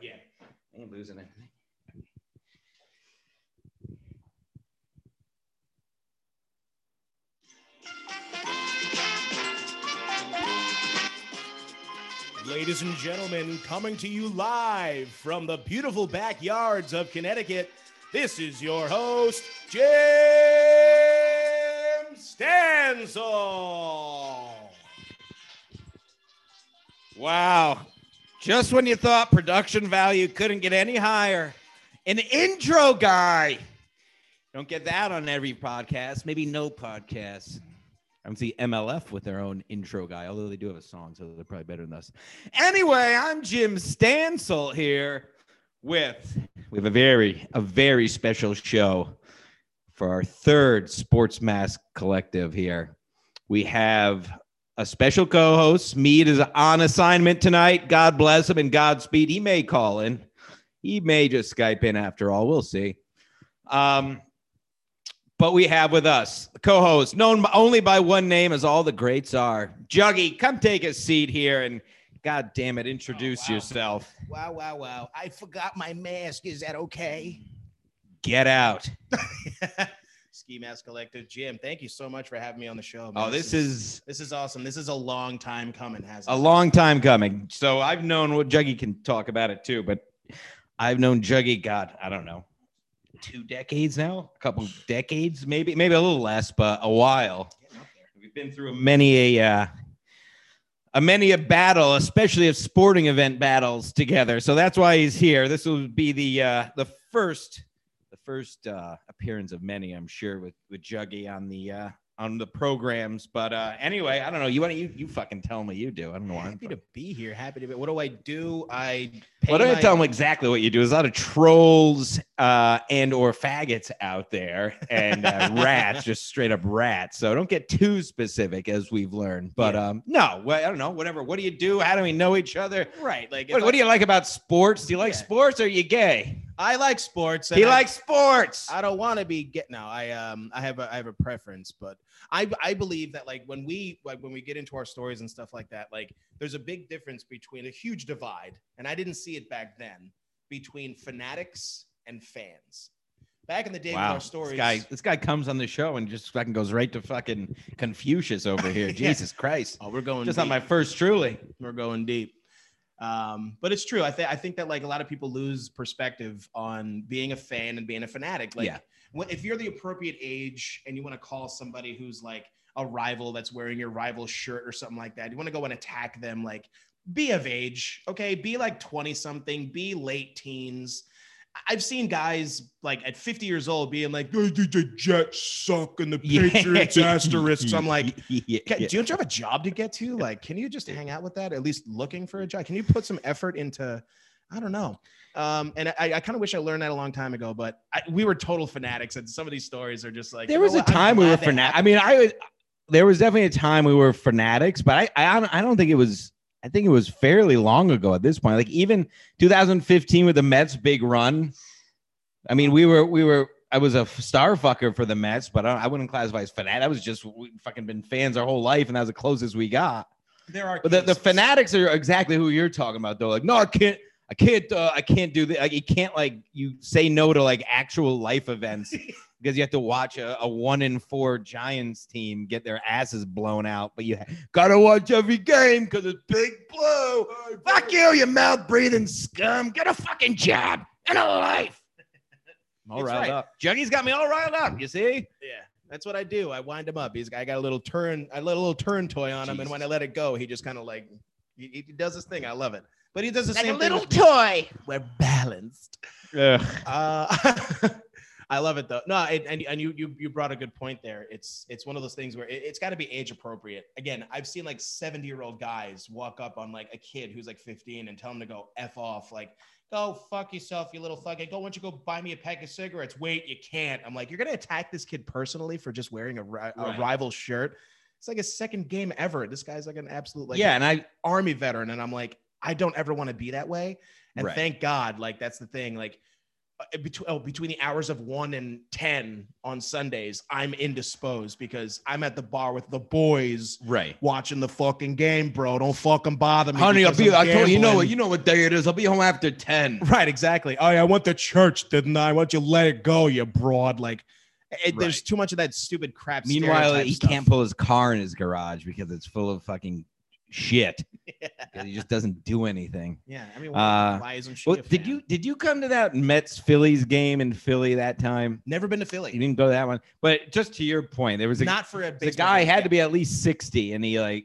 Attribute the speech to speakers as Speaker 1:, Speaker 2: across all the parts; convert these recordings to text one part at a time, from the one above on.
Speaker 1: Yeah.
Speaker 2: I ain't losing it.
Speaker 1: Ladies and gentlemen, coming to you live from the beautiful backyards of Connecticut, this is your host, Jim Stansel.
Speaker 2: Wow. Just when you thought production value couldn't get any higher, an intro guy. Don't get that on every podcast, maybe no podcast. I don't see MLF with their own intro guy, although they do have a song, so they're probably better than us. Anyway, I'm Jim Stansel here with we have a very a very special show for our third sports mask collective here. We have a special co-host. Mead is on assignment tonight. God bless him and Godspeed. He may call in. He may just Skype in after all. We'll see. Um, but we have with us a co-host known only by one name, as all the greats are. Juggy, come take a seat here and God damn it, introduce
Speaker 3: wow.
Speaker 2: yourself.
Speaker 3: Wow, wow, wow. I forgot my mask. Is that okay?
Speaker 2: Get out.
Speaker 3: Ski Mask Collective, Jim. Thank you so much for having me on the show. man.
Speaker 2: Oh, this is
Speaker 3: this is awesome. This is a long time coming, hasn't
Speaker 2: a long time coming. So I've known what Juggy can talk about it too, but I've known Juggy, God, I don't know, two decades now, a couple decades, maybe, maybe a little less, but a while.
Speaker 3: it? Getting up there.
Speaker 2: We've been through many a uh, a uh, many a battle, especially of sporting event battles together. So that's why he's here. This will be the uh, the first the first uh, appearance of many, I'm sure, with with Juggy on the uh, on the programs. But uh, anyway, I don't know. You want you you fucking tell me you do. I don't know. Why I'm
Speaker 3: Happy to be here. Happy to be. What do I do? I pay
Speaker 2: Why don't
Speaker 3: my-
Speaker 2: I tell them exactly what you do? There's a lot of trolls uh, and or faggots out there, and uh, rats, just straight up rats. So don't get too specific, as we've learned. But um, no, well, I don't know. Whatever. What do you do? How do we know each other?
Speaker 3: right. Like,
Speaker 2: What, what do you like about sports? Do you like
Speaker 3: Yeah.
Speaker 2: sports? Or are you gay?
Speaker 3: I like sports.
Speaker 2: He
Speaker 3: and I-
Speaker 2: likes sports.
Speaker 3: I don't want to be get no. I um I have a I have a preference, but I I believe that like when we like when we get into our stories and stuff like that, like there's a big difference between a huge divide, and I didn't see it back then between fanatics and fans. Back in the day, with
Speaker 2: Wow,
Speaker 3: our stories.
Speaker 2: this guy, this guy comes on the show and just fucking goes right to fucking Confucius over here.
Speaker 3: Yeah.
Speaker 2: Jesus Christ!
Speaker 3: oh, we're going
Speaker 2: Just
Speaker 3: deep.
Speaker 2: not my first, truly.
Speaker 3: we're going deep. Um, but it's true. I think I think that like a lot of people lose perspective on being a fan and being a fanatic. Like
Speaker 2: Yeah.
Speaker 3: when, if you're the appropriate age and you want to call somebody who's like a rival that's wearing your rival shirt or something like that, you want to go and attack them, like be of age, okay? Be like 20 something, be late teens. I- I've seen guys like at 50 years old being like, "The- the the Jets suck and the Patriots asterisks. I'm like,
Speaker 2: yeah,
Speaker 3: Ca-
Speaker 2: yeah.
Speaker 3: Do you don't you have a job to get to? Like, can you just hang out with that? At least looking for a job. Can you put some effort into? I don't know. Um, and I, I kind of wish I learned that a long time ago, but I, we were total fanatics, and some of these stories are just like.
Speaker 2: there
Speaker 3: you
Speaker 2: was
Speaker 3: know
Speaker 2: a
Speaker 3: what? I'm
Speaker 2: time we
Speaker 3: glad
Speaker 2: were
Speaker 3: they
Speaker 2: fanatics. I
Speaker 3: happened.
Speaker 2: mean, I was, there was definitely a time we were fanatics, but I, I, don't- I don't think it was. I think it was fairly long ago at this point. Like even 2015 with the Mets' big run. I mean, we were, we were. I was a star fucker for the Mets, but I, I wouldn't classify as fanatic. I was just we fucking been fans our whole life, and that was the closest we got.
Speaker 3: There are
Speaker 2: But the, the
Speaker 3: cases.
Speaker 2: fanatics are exactly who you're talking about, though. Like, no, I can't. I can't. Uh, I can't do that. Like, you can't like you say no to like actual life events because you have to watch a, a one in four Giants team get their asses blown out. But you gotta watch every game because it's big blue. Fuck you, you mouth breathing scum. Get a fucking job and a life. I'm all
Speaker 3: It's
Speaker 2: riled
Speaker 3: right.
Speaker 2: up. Juggy's got me all riled up. You see?
Speaker 3: Yeah, that's what I do. I wind him up. He's I got a little turn. I let a little turn toy on him, and when I
Speaker 2: Jesus.
Speaker 3: let it go, he just kind of like he, he does his thing. I love it. But he does the
Speaker 2: Like a
Speaker 3: same
Speaker 2: little
Speaker 3: thing. toy. We're balanced.
Speaker 2: Ugh.
Speaker 3: Uh, I love it though. No, and, and and you you you brought a good point there. It's it's one of those things where it, it's got to be age appropriate. Again, I've seen like seventy year old guys walk up on like a kid who's like fifteen and tell him to go f off, like go fuck yourself, you little fuck. Go, why don't you go buy me a pack of cigarettes? Wait, you can't. I'm like, you're gonna attack this kid personally for just wearing a, ri-
Speaker 2: Right.
Speaker 3: a rival shirt. It's like his second game ever. This guy's like an absolute like
Speaker 2: yeah, and I
Speaker 3: army veteran and i'm like i don't ever want to be that way and
Speaker 2: Right.
Speaker 3: thank god like that's the thing like uh, between oh, between the hours of one and ten on Sundays, I'm indisposed because I'm at the bar with the boys
Speaker 4: Right.
Speaker 3: watching the fucking game, bro. Don't fucking bother me.
Speaker 4: Honey, I'll
Speaker 3: because
Speaker 4: be.
Speaker 3: I'm
Speaker 4: I told you, you know
Speaker 3: gambling.
Speaker 4: what. You know what day it is. I'll be home after ten.
Speaker 3: Right, exactly. Oh, yeah, I went to church, didn't I? Why don't you let it go, you broad? Like, it, there's
Speaker 4: Right.
Speaker 3: too much of that stupid crap.
Speaker 2: Meanwhile,
Speaker 3: stereotype
Speaker 2: he
Speaker 3: stuff.
Speaker 2: can't pull his car in his garage because it's full of fucking shit. 'Cause He just doesn't do anything.
Speaker 3: Yeah, I mean,
Speaker 2: Uh,
Speaker 3: why isn't she?
Speaker 2: Well,
Speaker 3: a
Speaker 2: did
Speaker 3: fan?
Speaker 2: you did you come to that Mets Phillies game in Philly that time?
Speaker 3: never been to
Speaker 2: You
Speaker 3: Philly?
Speaker 2: didn't go to that one, but just to your point, there was a
Speaker 3: Not for a
Speaker 2: the
Speaker 3: baseball
Speaker 2: guy
Speaker 3: game.
Speaker 2: had to be at least 60 and he like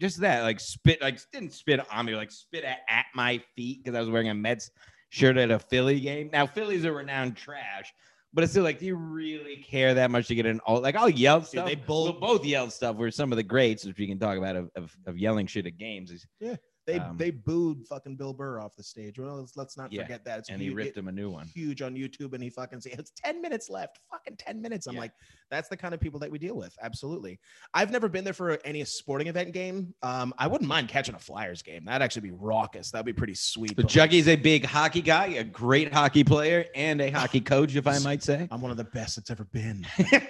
Speaker 2: just that like spit like didn't spit on me like spit at, at my feet because i was wearing a mets shirt at a philly game now phillies are renowned trash but it's still like do you really care that much to get an all like i'll yell stuff
Speaker 3: they bull-
Speaker 2: we'll both yell stuff we're some of the greats which we can talk about of, of, of yelling shit at games
Speaker 3: They
Speaker 2: um,
Speaker 3: they booed fucking Bill Burr off the stage. Well, let's, let's not
Speaker 2: Yeah,
Speaker 3: forget that. It's
Speaker 2: and he
Speaker 3: huge-
Speaker 2: ripped him a new one
Speaker 3: it's Huge on YouTube, and he fucking said it's ten minutes left. Fucking ten minutes. I'm
Speaker 2: Yeah.
Speaker 3: like, that's the kind of people that we deal with. Absolutely. I've never been there for any sporting event game. Um, I wouldn't mind catching a Flyers game. That'd actually be raucous. That'd be pretty sweet.
Speaker 2: so
Speaker 3: but, like,
Speaker 2: Juggy's a big hockey guy, a great hockey player, and a hockey coach, if I might say.
Speaker 3: I'm one of the best that's ever been.
Speaker 2: Oh,
Speaker 3: uh,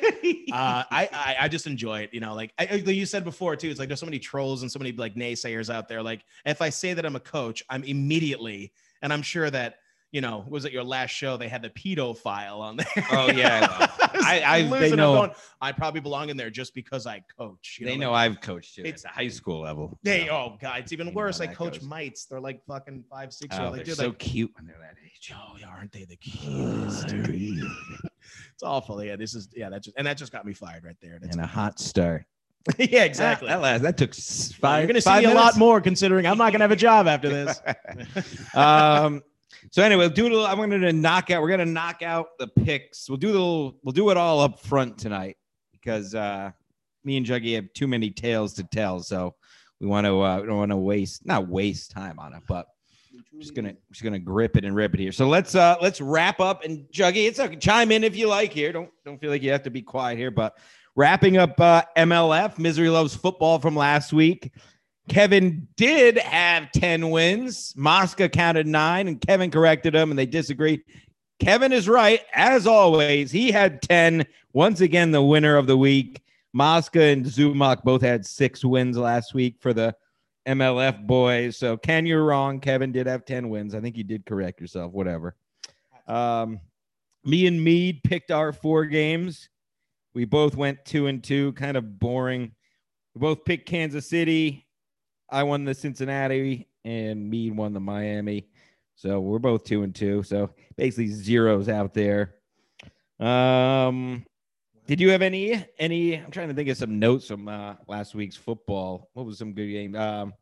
Speaker 3: I, I I just enjoy it, you know. Like I, like you said before too, it's like there's so many trolls and so many like naysayers out there. Like if I say that I'm a coach, I'm immediately, and I'm sure that you know, was it your last show? They had the pedo file on there.
Speaker 2: Oh, yeah, I
Speaker 3: was
Speaker 2: I- I- they
Speaker 3: losing it,
Speaker 2: know-
Speaker 3: going, I probably belong in there just because I coach. You
Speaker 2: they
Speaker 3: know,
Speaker 2: know
Speaker 3: like,
Speaker 2: I've coached it.
Speaker 3: It's-
Speaker 2: It's a high school level.
Speaker 3: They
Speaker 2: so.
Speaker 3: oh god, it's even
Speaker 2: You know
Speaker 3: worse.
Speaker 2: how
Speaker 3: I
Speaker 2: that
Speaker 3: coach
Speaker 2: goes.
Speaker 3: mites. They're like fucking five, six. year
Speaker 2: Oh,
Speaker 3: old.
Speaker 2: they're
Speaker 3: Like, dude,
Speaker 2: so
Speaker 3: like,
Speaker 2: cute when they're that age.
Speaker 3: Oh, yeah, aren't they the cutest? it's awful. Yeah, this is yeah. That just and that just got me fired right there. That's,
Speaker 2: And a hot start. Ah,
Speaker 3: yeah, exactly.
Speaker 2: That, last that took s-
Speaker 3: Well,
Speaker 2: five.
Speaker 3: You're going to see
Speaker 2: five
Speaker 3: me a lot
Speaker 2: minutes.
Speaker 3: more considering I'm not going to have a job after this.
Speaker 2: um, so anyway, we'll do a little. I'm going to knock out. We're going to knock out the picks. We'll do the. Little, we'll do it all up front tonight because uh, me and Juggy have too many tales to tell. So we want to. Uh, we don't want to waste not waste time on it, but I'm just gonna just gonna grip it and rip it here. So let's uh let's wrap up and Juggy, it's okay. Chime in if you like here. Don't don't feel like you have to be quiet here, but wrapping up uh, MLF, Misery Loves Football from last week. Kevin did have 10 wins. Mosca counted nine, and Kevin corrected him, and they disagreed. Kevin is right, as always. He had 10. Once again, the winner of the week. Mosca and Zumach both had six wins last week for the MLF boys. So Ken, you're wrong. Kevin did have 10 wins. I think you did correct yourself. Whatever. Um, me and Mead picked our four games. We both went two and two, kind of boring. We both picked Kansas City. I won the Cincinnati, and Mead won the Miami. So we're both two and two. So basically zeros out there. Um, did you have any any? I'm trying to think of some notes from uh, last week's football. What was some good game? Um,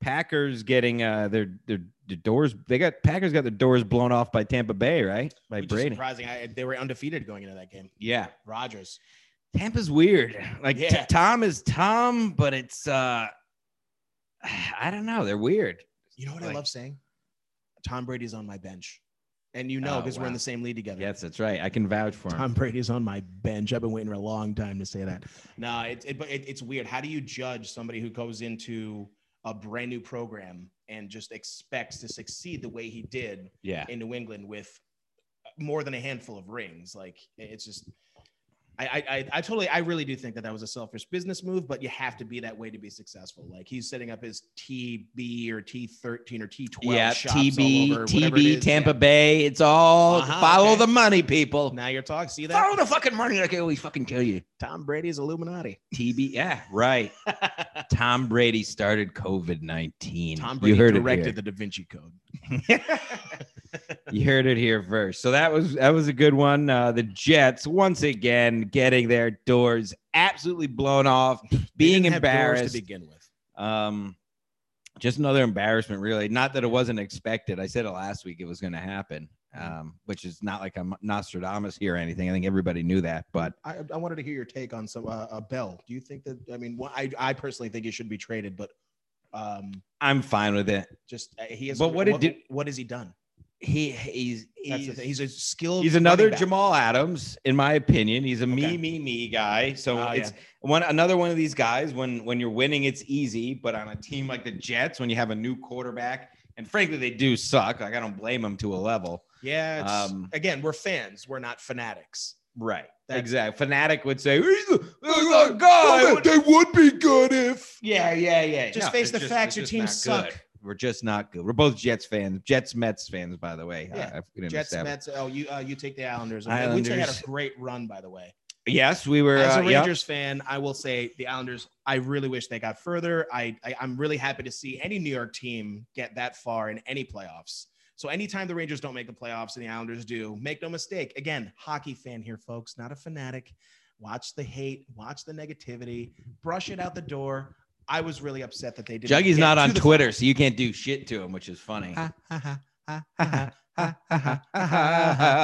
Speaker 2: Packers getting uh, their their their doors. They got Packers got their doors blown off by Tampa Bay, right? By
Speaker 3: Which is
Speaker 2: Brady.
Speaker 3: surprising. I, they were undefeated going into that game.
Speaker 2: Yeah,
Speaker 3: Rogers.
Speaker 2: Tampa's weird. Like t-
Speaker 3: Yeah.
Speaker 2: Tom is Tom, but it's uh, I don't know. They're weird.
Speaker 3: You know what I
Speaker 2: Like-
Speaker 3: love saying? Tom Brady's on my bench. And you know,
Speaker 2: Oh,
Speaker 3: because we're
Speaker 2: wow.
Speaker 3: in the same league together.
Speaker 2: Yes, that's right. I can vouch for him.
Speaker 3: Tom Brady's on my bench. I've been waiting for a long time to say that. No, it, it, but it, it's weird. How do you judge somebody who goes into a brand new program and just expects to succeed the way he did
Speaker 2: yeah,
Speaker 3: in New England with more than a handful of rings. Like it's just, I, I, I, I totally, I really do think that that was a selfish business move, but you have to be that way to be successful. Like he's setting up his TB or T13 or T12
Speaker 2: yeah.
Speaker 3: shops
Speaker 2: TB,
Speaker 3: all over, whatever it
Speaker 2: TB,
Speaker 3: is.
Speaker 2: Tampa
Speaker 3: Yeah.
Speaker 2: Bay. It's all
Speaker 3: Uh-huh,
Speaker 2: follow
Speaker 3: okay.
Speaker 2: the money, people.
Speaker 3: Now you're talking. See that?
Speaker 2: Follow the fucking money. Like I always fucking tell you.
Speaker 3: Tom Brady's Illuminati.
Speaker 2: TB. Yeah, right. Tom Brady started COVID nineteen.
Speaker 3: Tom Brady
Speaker 2: you heard
Speaker 3: directed
Speaker 2: it
Speaker 3: the Da Vinci Code.
Speaker 2: here. You heard it here first. So that was that was a good one. Uh, the Jets once again getting their doors absolutely blown off,
Speaker 3: They
Speaker 2: being
Speaker 3: didn't have doors
Speaker 2: embarrassed.
Speaker 3: to begin with.
Speaker 2: Um, just another embarrassment, really. Not that it wasn't expected. I said it last week; it was going to happen. Um, which is not like I'm Nostradamus here or anything. I think everybody knew that, but
Speaker 3: I, I wanted to hear your take on some uh, uh, Bell. Do you think that? I mean, wh- I I personally think he should be traded, but um,
Speaker 2: I'm fine with it.
Speaker 3: just uh, he is.
Speaker 2: But what it did-
Speaker 3: what has he done?
Speaker 2: He he's
Speaker 3: That's the
Speaker 2: he's
Speaker 3: thing. He's a skilled.
Speaker 2: he's another
Speaker 3: running back.
Speaker 2: Jamal Adams, in my opinion. He's a me
Speaker 3: Okay.
Speaker 2: me me guy. So
Speaker 3: Oh,
Speaker 2: it's one another one of these guys. When when you're winning, it's easy, but on a team like the Jets, when you have a new quarterback, and frankly, they do suck. Like I don't blame them to a level.
Speaker 3: Yeah. It's,
Speaker 2: Um,
Speaker 3: again, we're fans. We're not fanatics.
Speaker 2: Right.
Speaker 3: That's-
Speaker 2: exactly. Fanatic would say,
Speaker 4: Oh my God, they would be good if.
Speaker 2: Yeah, yeah, yeah.
Speaker 3: Just face
Speaker 2: it's
Speaker 3: the
Speaker 2: it's
Speaker 3: facts. Your
Speaker 2: just not
Speaker 3: teams
Speaker 2: good.
Speaker 3: suck.
Speaker 2: We're just not good. We're both Jets fans. Jets Mets fans, by the way.
Speaker 3: Yeah.
Speaker 2: I- I- we didn't
Speaker 3: Jets,
Speaker 2: establish-
Speaker 3: Mets. Oh, you uh, you take the Islanders. We Which they had
Speaker 2: Islanders.
Speaker 3: a great run, by the way.
Speaker 2: Yes, we were.
Speaker 3: As a
Speaker 2: uh, yeah.
Speaker 3: Rangers fan, I will say the Islanders. I really wish they got further. I, I I'm really happy to see any New York team get that far in any playoffs. So anytime the Rangers don't make the playoffs and the Islanders do, make no mistake. Again, hockey fan here, folks, not a fanatic. Watch the hate, watch the negativity, brush it out the door. I was really upset that they didn't.
Speaker 2: Juggy's
Speaker 3: get
Speaker 2: not
Speaker 3: to
Speaker 2: on
Speaker 3: the
Speaker 2: Twitter, so you can't do shit to him, which is funny.
Speaker 1: Like,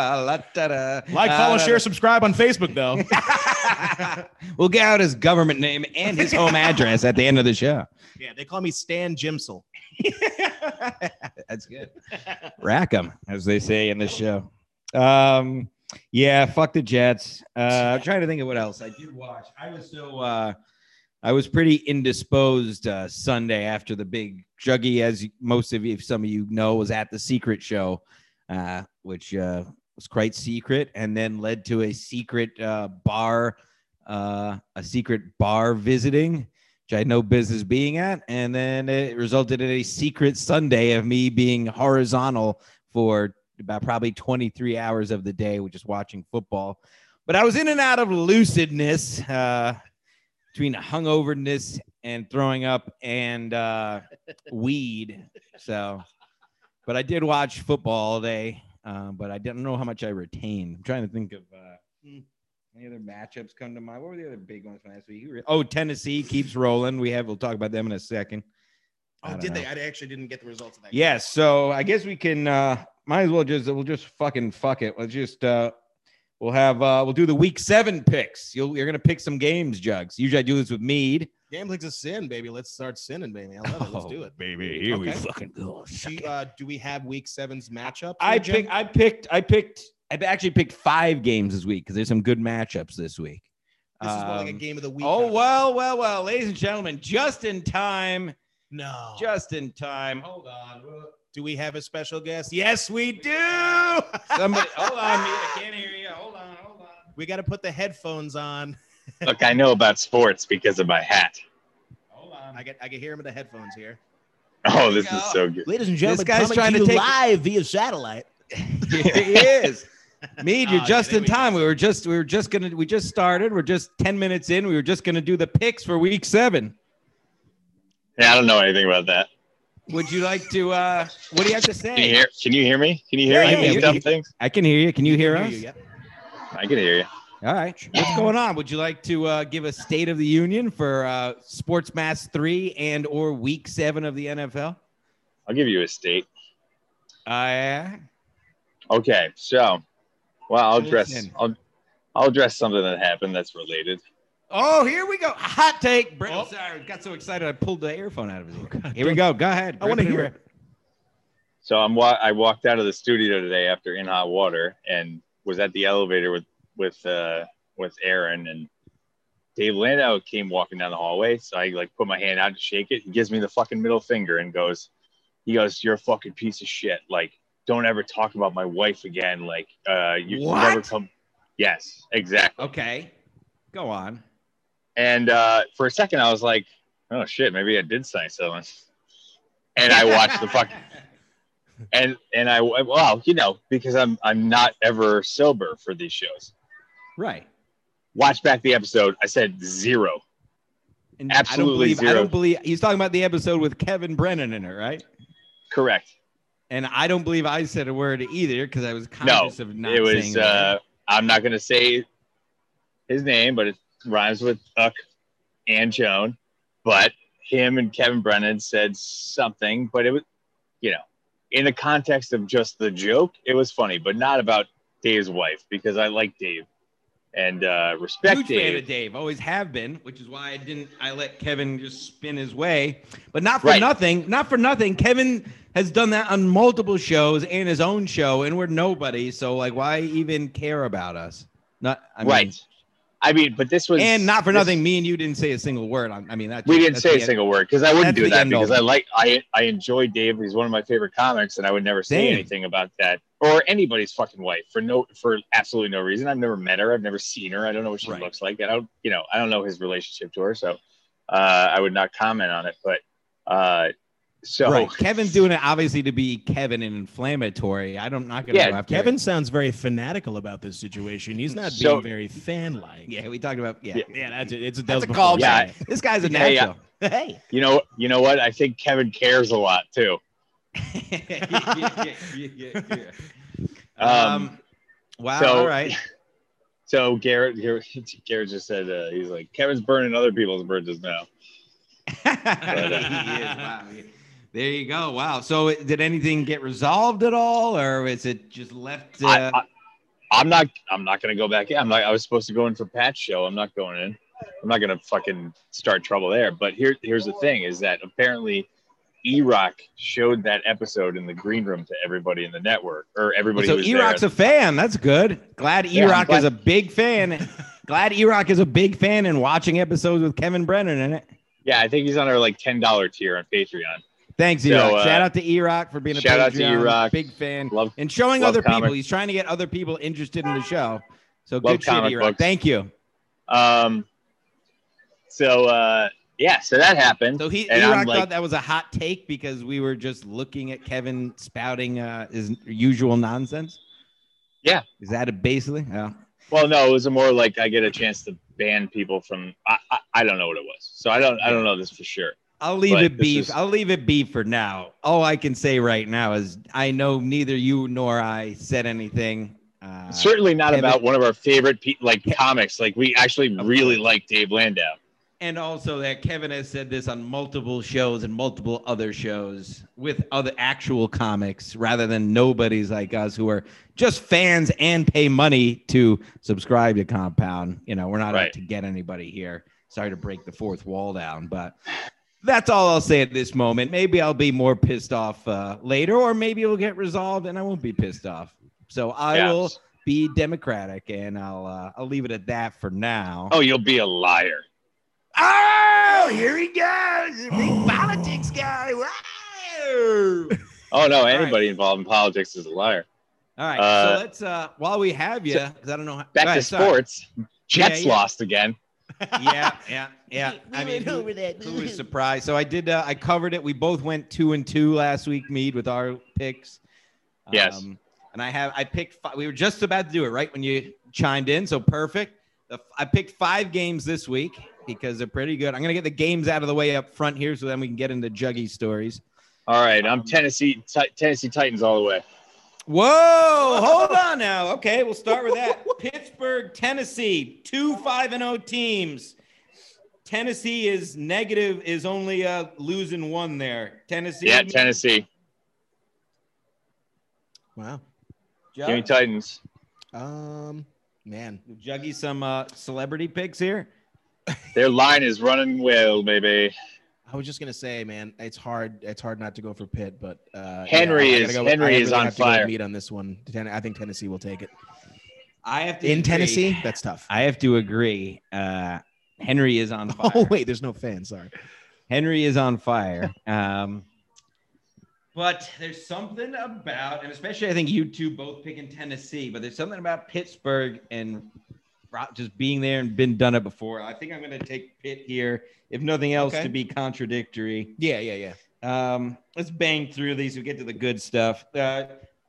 Speaker 2: like,
Speaker 3: Uh,
Speaker 1: follow, share, subscribe on Facebook, though.
Speaker 2: we'll get out his government name and his home address at the end of the show.
Speaker 3: Yeah, they call me Stan Jimsel. Oh,
Speaker 2: That's good. Rack 'em, as they say in this show. Um, yeah, fuck the Jets. Uh, I'm trying to think of what else I did watch. I was so uh, I was pretty indisposed uh, Sunday after the big juggy, as you- most of you, if some of you know, was at the secret show, uh, which uh, was quite secret, and then led to a secret uh, bar, uh, a secret bar visiting which I had no business being at. And then it resulted in a secret Sunday of me being horizontal for about probably 23 hours of the day, which is watching football. But I was in and out of lucidness uh, between hungoverness and throwing up and uh, weed. So, but I did watch football all day. Um, but I didn't know how much I retained. I'm trying to think of uh, any other matchups come to mind? What were the other big ones from last week? Who re- Oh, Tennessee keeps rolling. We have. We'll talk about them in a second. I
Speaker 3: Oh,
Speaker 2: don't
Speaker 3: did they?
Speaker 2: know.
Speaker 3: I actually didn't get the results of that.
Speaker 2: Yes. so I guess we can. uh Might as well just. We'll just fucking fuck it. Let's just. uh We'll have. uh We'll do the week seven picks. You'll, you're gonna pick some games, Jugs. Usually I do this with Mead.
Speaker 3: Gambling's a sin, baby. Let's start sinning, baby. I love it. Let's
Speaker 2: Oh,
Speaker 3: do it.
Speaker 2: baby. Here
Speaker 3: Okay.
Speaker 2: fucking go.
Speaker 3: Do, you- uh, do we have week seven's matchup?
Speaker 2: I
Speaker 3: here, Jim?
Speaker 2: pick. I picked. I picked. I actually picked five games this week because there's some good matchups this week.
Speaker 3: This is more like a
Speaker 2: Um,
Speaker 3: game of the week.
Speaker 2: Oh
Speaker 3: kind of-
Speaker 2: well, well, well, ladies and gentlemen, just in time,
Speaker 3: No.
Speaker 2: just in time.
Speaker 3: hold on. Do we have a special guest?
Speaker 2: Yes, we do. Somebody, hold on, Mead, I can't hear you. Hold on, hold on.
Speaker 3: We got to put the headphones on.
Speaker 5: Look, I know about sports because of my hat.
Speaker 2: Hold on.
Speaker 3: I get I can hear him in the headphones here.
Speaker 5: Oh, this is so good.
Speaker 1: Ladies and
Speaker 2: gentlemen, guy's coming trying to to you take-
Speaker 1: live via satellite.
Speaker 2: he is. Mead, you're
Speaker 3: Oh,
Speaker 2: just
Speaker 3: yeah,
Speaker 2: in
Speaker 3: there we
Speaker 2: time. We were just, we were just gonna, we just started. We're just ten minutes in. We were just gonna do the picks for week seven.
Speaker 5: Yeah, I don't know anything about that.
Speaker 2: Would you like to? uh What do you have to
Speaker 5: Can you
Speaker 2: say?
Speaker 5: hear? Can you hear me? Can you hear
Speaker 2: Yeah,
Speaker 5: any of
Speaker 2: yeah,
Speaker 5: these
Speaker 2: we
Speaker 5: dumb things?
Speaker 2: I can hear you. Can you hear us?
Speaker 3: you, yep.
Speaker 5: I can hear you.
Speaker 2: All right. What's going on? Would you like to uh, give a State of the Union for uh, Sports Mass 3 and or Week 7 of the NFL?
Speaker 5: I'll give you a state.
Speaker 2: Uh,
Speaker 5: Okay, so, well, I'll dress.
Speaker 2: Listen.
Speaker 5: I'll, I'll address something that happened that's related.
Speaker 2: oh, here we go. Hot take. Brent,
Speaker 3: Oh.
Speaker 2: Sorry, got so excited I pulled the earphone out of his ear. Here we go. Go ahead.
Speaker 1: Oh, I wanna
Speaker 2: Rip
Speaker 1: hear
Speaker 2: rip.
Speaker 5: So I'm. Wa- I walked out of the studio today after in hot water and was at the elevator with with uh, with Aaron and Dave Landau came walking down the hallway. So I like put my hand out to shake it. He gives me the fucking middle finger and goes, he goes, you're a fucking piece of shit. Like, don't ever talk about my wife again. Like, uh, you
Speaker 2: What?
Speaker 5: never come. Yes, exactly.
Speaker 2: Okay. Go on.
Speaker 5: And uh, for a second, I was like, oh shit, maybe I did sign someone. And I watched the fucking and and I well, you know, because I'm I'm not ever sober for these shows.
Speaker 2: Right.
Speaker 5: Watch back the episode. I said zero.
Speaker 2: And
Speaker 5: Absolutely
Speaker 2: I don't believe, I
Speaker 5: zero.
Speaker 2: don't believe he's talking about the episode with Kevin Brennan in it, right?
Speaker 5: Correct.
Speaker 2: And I don't believe I said a word either because I was conscious of not
Speaker 5: it
Speaker 2: saying
Speaker 5: was.
Speaker 2: a word.
Speaker 5: Uh, I'm not going to say his name, but it rhymes with Uck and Joan. But him and Kevin Brennan said something, but it was, you know, in the context of just the joke, it was funny, but not about Dave's wife because I like Dave and uh, respect
Speaker 2: Huge fan
Speaker 5: Dave.
Speaker 2: of Dave, always have been, which is why I didn't. I let Kevin just spin his way, but not for
Speaker 5: Right.
Speaker 2: nothing. Not for nothing. Kevin has done that on multiple shows and his own show, and we're nobody. So like, why even care about us? Not I mean,
Speaker 5: right. I mean, but this was
Speaker 2: And not for
Speaker 5: this-
Speaker 2: nothing, me and you didn't say a single word. I, I mean, that
Speaker 5: We didn't say a single word because I
Speaker 2: that's
Speaker 5: wouldn't
Speaker 2: the
Speaker 5: do that
Speaker 2: end all.
Speaker 5: because I like I I enjoy Dave. He's one of my favorite comics, and I would never say
Speaker 2: Same.
Speaker 5: anything about that or anybody's fucking wife for no for absolutely no reason. I've never met her. I've never seen her. I don't know what she
Speaker 2: Right.
Speaker 5: looks like. I don't you know I don't know his relationship to her, so uh, I would not comment on it. But uh, so
Speaker 2: Right. Kevin's doing it obviously to be Kevin and inflammatory. I don't not gonna
Speaker 5: Yeah,
Speaker 2: go after
Speaker 3: Kevin sounds very fanatical about this situation. He's not
Speaker 5: So-
Speaker 3: being very fan like.
Speaker 2: Yeah, we talked about yeah.
Speaker 5: Yeah.
Speaker 3: yeah, that's it. It's a, that
Speaker 2: That's
Speaker 3: was
Speaker 2: a
Speaker 3: before
Speaker 2: call.
Speaker 3: the
Speaker 5: Yeah.
Speaker 2: Yeah, this guy's a
Speaker 5: Yeah, yeah.
Speaker 2: natural. Hey.
Speaker 5: you know you know what I think Kevin cares a lot too.
Speaker 2: Um, wow.
Speaker 5: so-
Speaker 2: all right.
Speaker 5: So Garrett Garrett, Garrett just said uh, he's like Kevin's burning other people's bridges now.
Speaker 2: He is, wow. There you go. Wow. So did anything get resolved at all, or is it just left? Uh,
Speaker 5: I, I, I'm not. I'm not gonna go back in. I'm not. I was supposed to go in for Pat's show. I'm not going in. I'm not gonna fucking start trouble there. But here, here's the thing: is that apparently, E Rock showed that episode in the green room to everybody in the network or everybody.
Speaker 2: so
Speaker 5: who was
Speaker 2: E-Rock's
Speaker 5: there.
Speaker 2: a fan. That's good. Glad
Speaker 5: Yeah, I'm
Speaker 2: E-Rock
Speaker 5: glad-
Speaker 2: is a big fan. Glad E-Rock is a big fan and watching episodes with Kevin Brennan in it.
Speaker 5: yeah, I think he's on our like ten dollar tier on Patreon.
Speaker 2: Thanks,
Speaker 5: So,
Speaker 2: E-Rock.
Speaker 5: uh,
Speaker 2: shout out to E-Rock for being a
Speaker 5: shout out to
Speaker 2: Patreon.
Speaker 5: E-Rock.
Speaker 2: Big fan.
Speaker 5: Love.
Speaker 2: And showing
Speaker 5: Love
Speaker 2: other people.
Speaker 5: comic-
Speaker 2: He's trying to get other people interested in the show. So
Speaker 5: Love
Speaker 2: good shit,
Speaker 5: comic
Speaker 2: E-Rock.
Speaker 5: books.
Speaker 2: Thank you.
Speaker 5: Um. So uh, yeah, so that happened.
Speaker 2: So he
Speaker 5: And I'm
Speaker 2: E-Rock
Speaker 5: like-
Speaker 2: thought that was a hot take because we were just looking at Kevin spouting uh, his usual nonsense.
Speaker 5: Yeah.
Speaker 2: Is that a basically? Yeah.
Speaker 5: Well, no, it was a more like I get a chance to ban people from. I, I, I don't know what it was, so I don't I don't know this for sure.
Speaker 2: I'll leave
Speaker 5: But
Speaker 2: it
Speaker 5: this
Speaker 2: be.
Speaker 5: is-
Speaker 2: I'll leave it be for now. All I can say right now is I know neither you nor I said anything. Uh,
Speaker 5: Certainly not
Speaker 2: Kevin-
Speaker 5: about one of our favorite pe- like comics. Like we actually
Speaker 2: Of
Speaker 5: really like Dave Landau.
Speaker 2: and also that Kevin has said this on multiple shows and multiple other shows with other actual comics rather than nobodies like us who are just fans and pay money to subscribe to Compound. You know, we're not out
Speaker 5: Right.
Speaker 2: to get anybody here. Sorry to break the fourth wall down, but that's all I'll say at this moment. Maybe I'll be more pissed off uh, later, or maybe it'll get resolved and I won't be pissed off. So I
Speaker 5: Yeah.
Speaker 2: will be democratic, and I'll uh, I'll leave it at that for now.
Speaker 5: Oh, you'll be a liar.
Speaker 2: Oh, here he goes, the
Speaker 3: Oh.
Speaker 2: big politics guy. Wow.
Speaker 5: Oh no,
Speaker 2: right.
Speaker 5: anybody involved in politics is a liar.
Speaker 2: All right,
Speaker 5: Uh,
Speaker 2: so let's uh while we have you, because I don't know. How,
Speaker 5: Back
Speaker 2: All right,
Speaker 5: to
Speaker 2: sorry.
Speaker 5: sports. Jets
Speaker 2: Yeah, yeah.
Speaker 5: lost again.
Speaker 2: Yeah, yeah, yeah. I mean, who, who was surprised? So I did. Uh, I covered it. We both went two and two last week, Mead, with our picks. Um,
Speaker 5: Yes.
Speaker 2: And I have. I picked. Five, we were just about to do it right when you chimed in. So perfect. The, f- I picked five games this week because they're pretty good. I'm gonna get the games out of the way up front here, so then we can get into Juggy stories.
Speaker 5: All right, I'm
Speaker 2: Um,
Speaker 5: Tennessee Ti- Tennessee Titans all the way.
Speaker 2: Whoa, hold on now. Okay, we'll start with that. Pittsburgh, Tennessee, two 5 and 0 teams. Tennessee is negative is only uh losing one there. Tennessee
Speaker 5: Yeah, Tennessee.
Speaker 3: Wow.
Speaker 2: Jug-
Speaker 5: Give me Titans.
Speaker 3: Um, man.
Speaker 2: Juggy some uh celebrity picks here.
Speaker 5: Their line is running well, baby.
Speaker 3: I was just gonna say, man, it's hard. It's hard not to go for Pitt, but uh,
Speaker 5: Henry
Speaker 3: yeah, I
Speaker 5: is-
Speaker 3: gotta go-
Speaker 5: Henry
Speaker 3: I
Speaker 5: is
Speaker 3: really
Speaker 5: on
Speaker 3: have to go with
Speaker 5: fire.
Speaker 3: Meat on this one. Ten- I think Tennessee will take it
Speaker 2: I have to
Speaker 3: in
Speaker 2: agree.
Speaker 3: Tennessee. That's tough.
Speaker 2: I have to agree. Uh Henry is on fire.
Speaker 3: Oh wait, there's no fans. Sorry.
Speaker 2: Henry is on fire. Um, but there's something about, and especially I think you two both picking Tennessee, but there's something about Pittsburgh and Ro- just being there and been done it before. I think I'm going to take Pitt here, if nothing else,
Speaker 3: Okay.
Speaker 2: to be contradictory.
Speaker 3: Yeah, yeah, yeah.
Speaker 2: Um, let's bang through these. We get to the good stuff. Uh,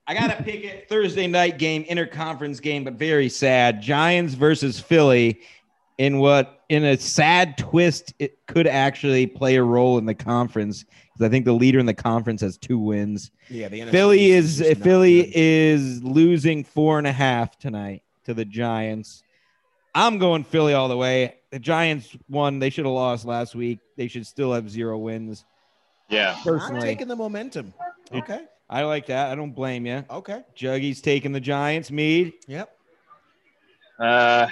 Speaker 2: I got to pick it Thursday night game, interconference game, but very sad. Giants versus Philly in what, in a sad twist, it could actually play a role in the conference because I think the leader in the conference has two wins.
Speaker 3: Yeah, the NFC
Speaker 2: Philly
Speaker 3: is
Speaker 2: is
Speaker 3: just not
Speaker 2: Philly
Speaker 3: good.
Speaker 2: is losing four and a half tonight to the Giants. I'm going Philly all the way. The Giants won. They should have lost last week. They should still have zero wins.
Speaker 5: Yeah.
Speaker 3: I'm
Speaker 2: Personally,
Speaker 3: taking the momentum. Okay,
Speaker 2: I like that. I don't blame you.
Speaker 3: okay.
Speaker 2: Juggy's taking the Giants. Mead.
Speaker 3: Yep.
Speaker 5: Uh,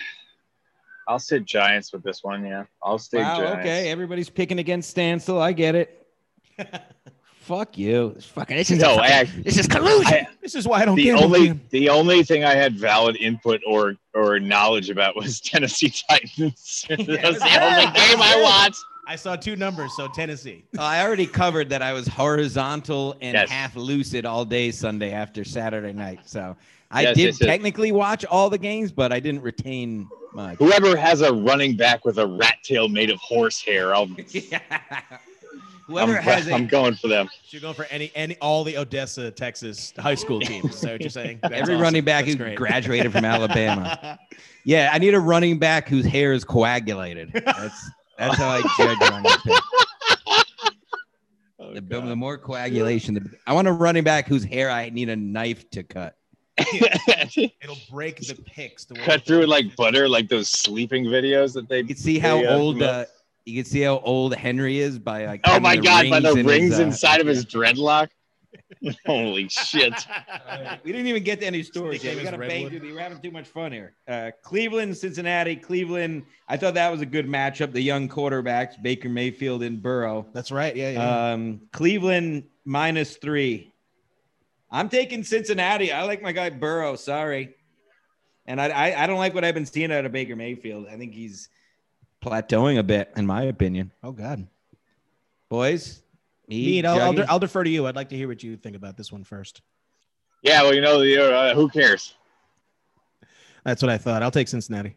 Speaker 5: I'll sit Giants with this one. Yeah, I'll stay
Speaker 2: Wow.
Speaker 5: Giants.
Speaker 2: Okay. Everybody's picking against Stancil. I get it. Fuck you. It's fucking. This is
Speaker 5: No,
Speaker 2: fucking-
Speaker 5: act-
Speaker 2: this is collusion.
Speaker 5: I-
Speaker 3: This is why I don't
Speaker 5: the
Speaker 3: get
Speaker 5: only the only thing I had valid input or or knowledge about was Tennessee Titans. that was the only game I watched.
Speaker 3: I saw two numbers, so Tennessee.
Speaker 2: I already covered that I was horizontal and
Speaker 5: Yes.
Speaker 2: half lucid all day Sunday after Saturday night. So I
Speaker 5: Yes,
Speaker 2: did
Speaker 5: yes, yes.
Speaker 2: technically watch all the games, but I didn't retain much.
Speaker 5: Whoever has a running back with a rat tail made of horsehair, I'll
Speaker 2: Whoever
Speaker 5: I'm,
Speaker 2: has
Speaker 5: I'm
Speaker 2: a,
Speaker 5: going for them.
Speaker 3: Should go for any any all the Odessa, Texas high school teams. So just saying, that's
Speaker 2: every
Speaker 3: awesome.
Speaker 2: running back
Speaker 3: That's
Speaker 2: who
Speaker 3: great.
Speaker 2: graduated from Alabama. Yeah, I need a running back whose hair is coagulated. That's that's how I judge running back.
Speaker 5: Oh,
Speaker 2: The, the more coagulation, the, I want a running back whose hair I need a knife to cut.
Speaker 5: God.
Speaker 3: It'll break the picks. The way
Speaker 5: Cut through it like butter, like those sleeping videos that they.
Speaker 2: You can see how
Speaker 5: Yeah,
Speaker 2: old
Speaker 5: yeah.
Speaker 2: uh, you can see how old Henry is by like.
Speaker 5: Oh
Speaker 2: having
Speaker 5: my
Speaker 2: the
Speaker 5: God! By the
Speaker 2: in
Speaker 5: rings
Speaker 2: his, uh,
Speaker 5: inside of his dreadlock. Holy shit!
Speaker 2: We didn't even get to any stories
Speaker 3: Nickname
Speaker 2: yet. We
Speaker 3: is
Speaker 2: got to bang
Speaker 3: Redwood.
Speaker 2: through. the- We're having too much fun here. Uh, Cleveland, Cincinnati, Cleveland. I thought that was a good matchup. The young quarterbacks, Baker Mayfield and Burrow.
Speaker 3: That's right. Yeah, yeah.
Speaker 2: Um, Cleveland minus three. I'm taking Cincinnati. I like my guy Burrow. Sorry, and I, I I don't like what I've been seeing out of Baker Mayfield. I think he's plateauing a bit, in my opinion.
Speaker 3: oh God.
Speaker 2: Boys, me,
Speaker 3: Need, I'll, I'll,
Speaker 2: Juggy?
Speaker 3: I'll defer to you. I'd like to hear what you think about this one first.
Speaker 5: Yeah, well, you know, you know, uh, who cares?
Speaker 3: That's what I thought. I'll take Cincinnati.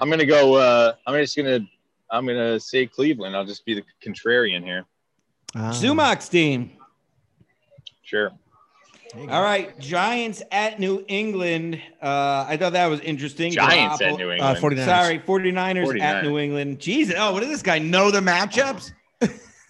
Speaker 5: I'm gonna go. Uh, I'm just gonna. I'm gonna say Cleveland. I'll just be the contrarian here.
Speaker 3: Ah.
Speaker 2: Zumach's team.
Speaker 5: Sure.
Speaker 3: There you go.
Speaker 2: All right, Giants at New England. Uh, I thought that was interesting.
Speaker 5: Giants at
Speaker 2: Garoppolo-
Speaker 5: New
Speaker 3: Uh,
Speaker 5: England.
Speaker 3: 49ers.
Speaker 2: Sorry, 49ers, at
Speaker 5: 49ers.
Speaker 2: New England. Jesus. Oh, what does this guy know the matchups?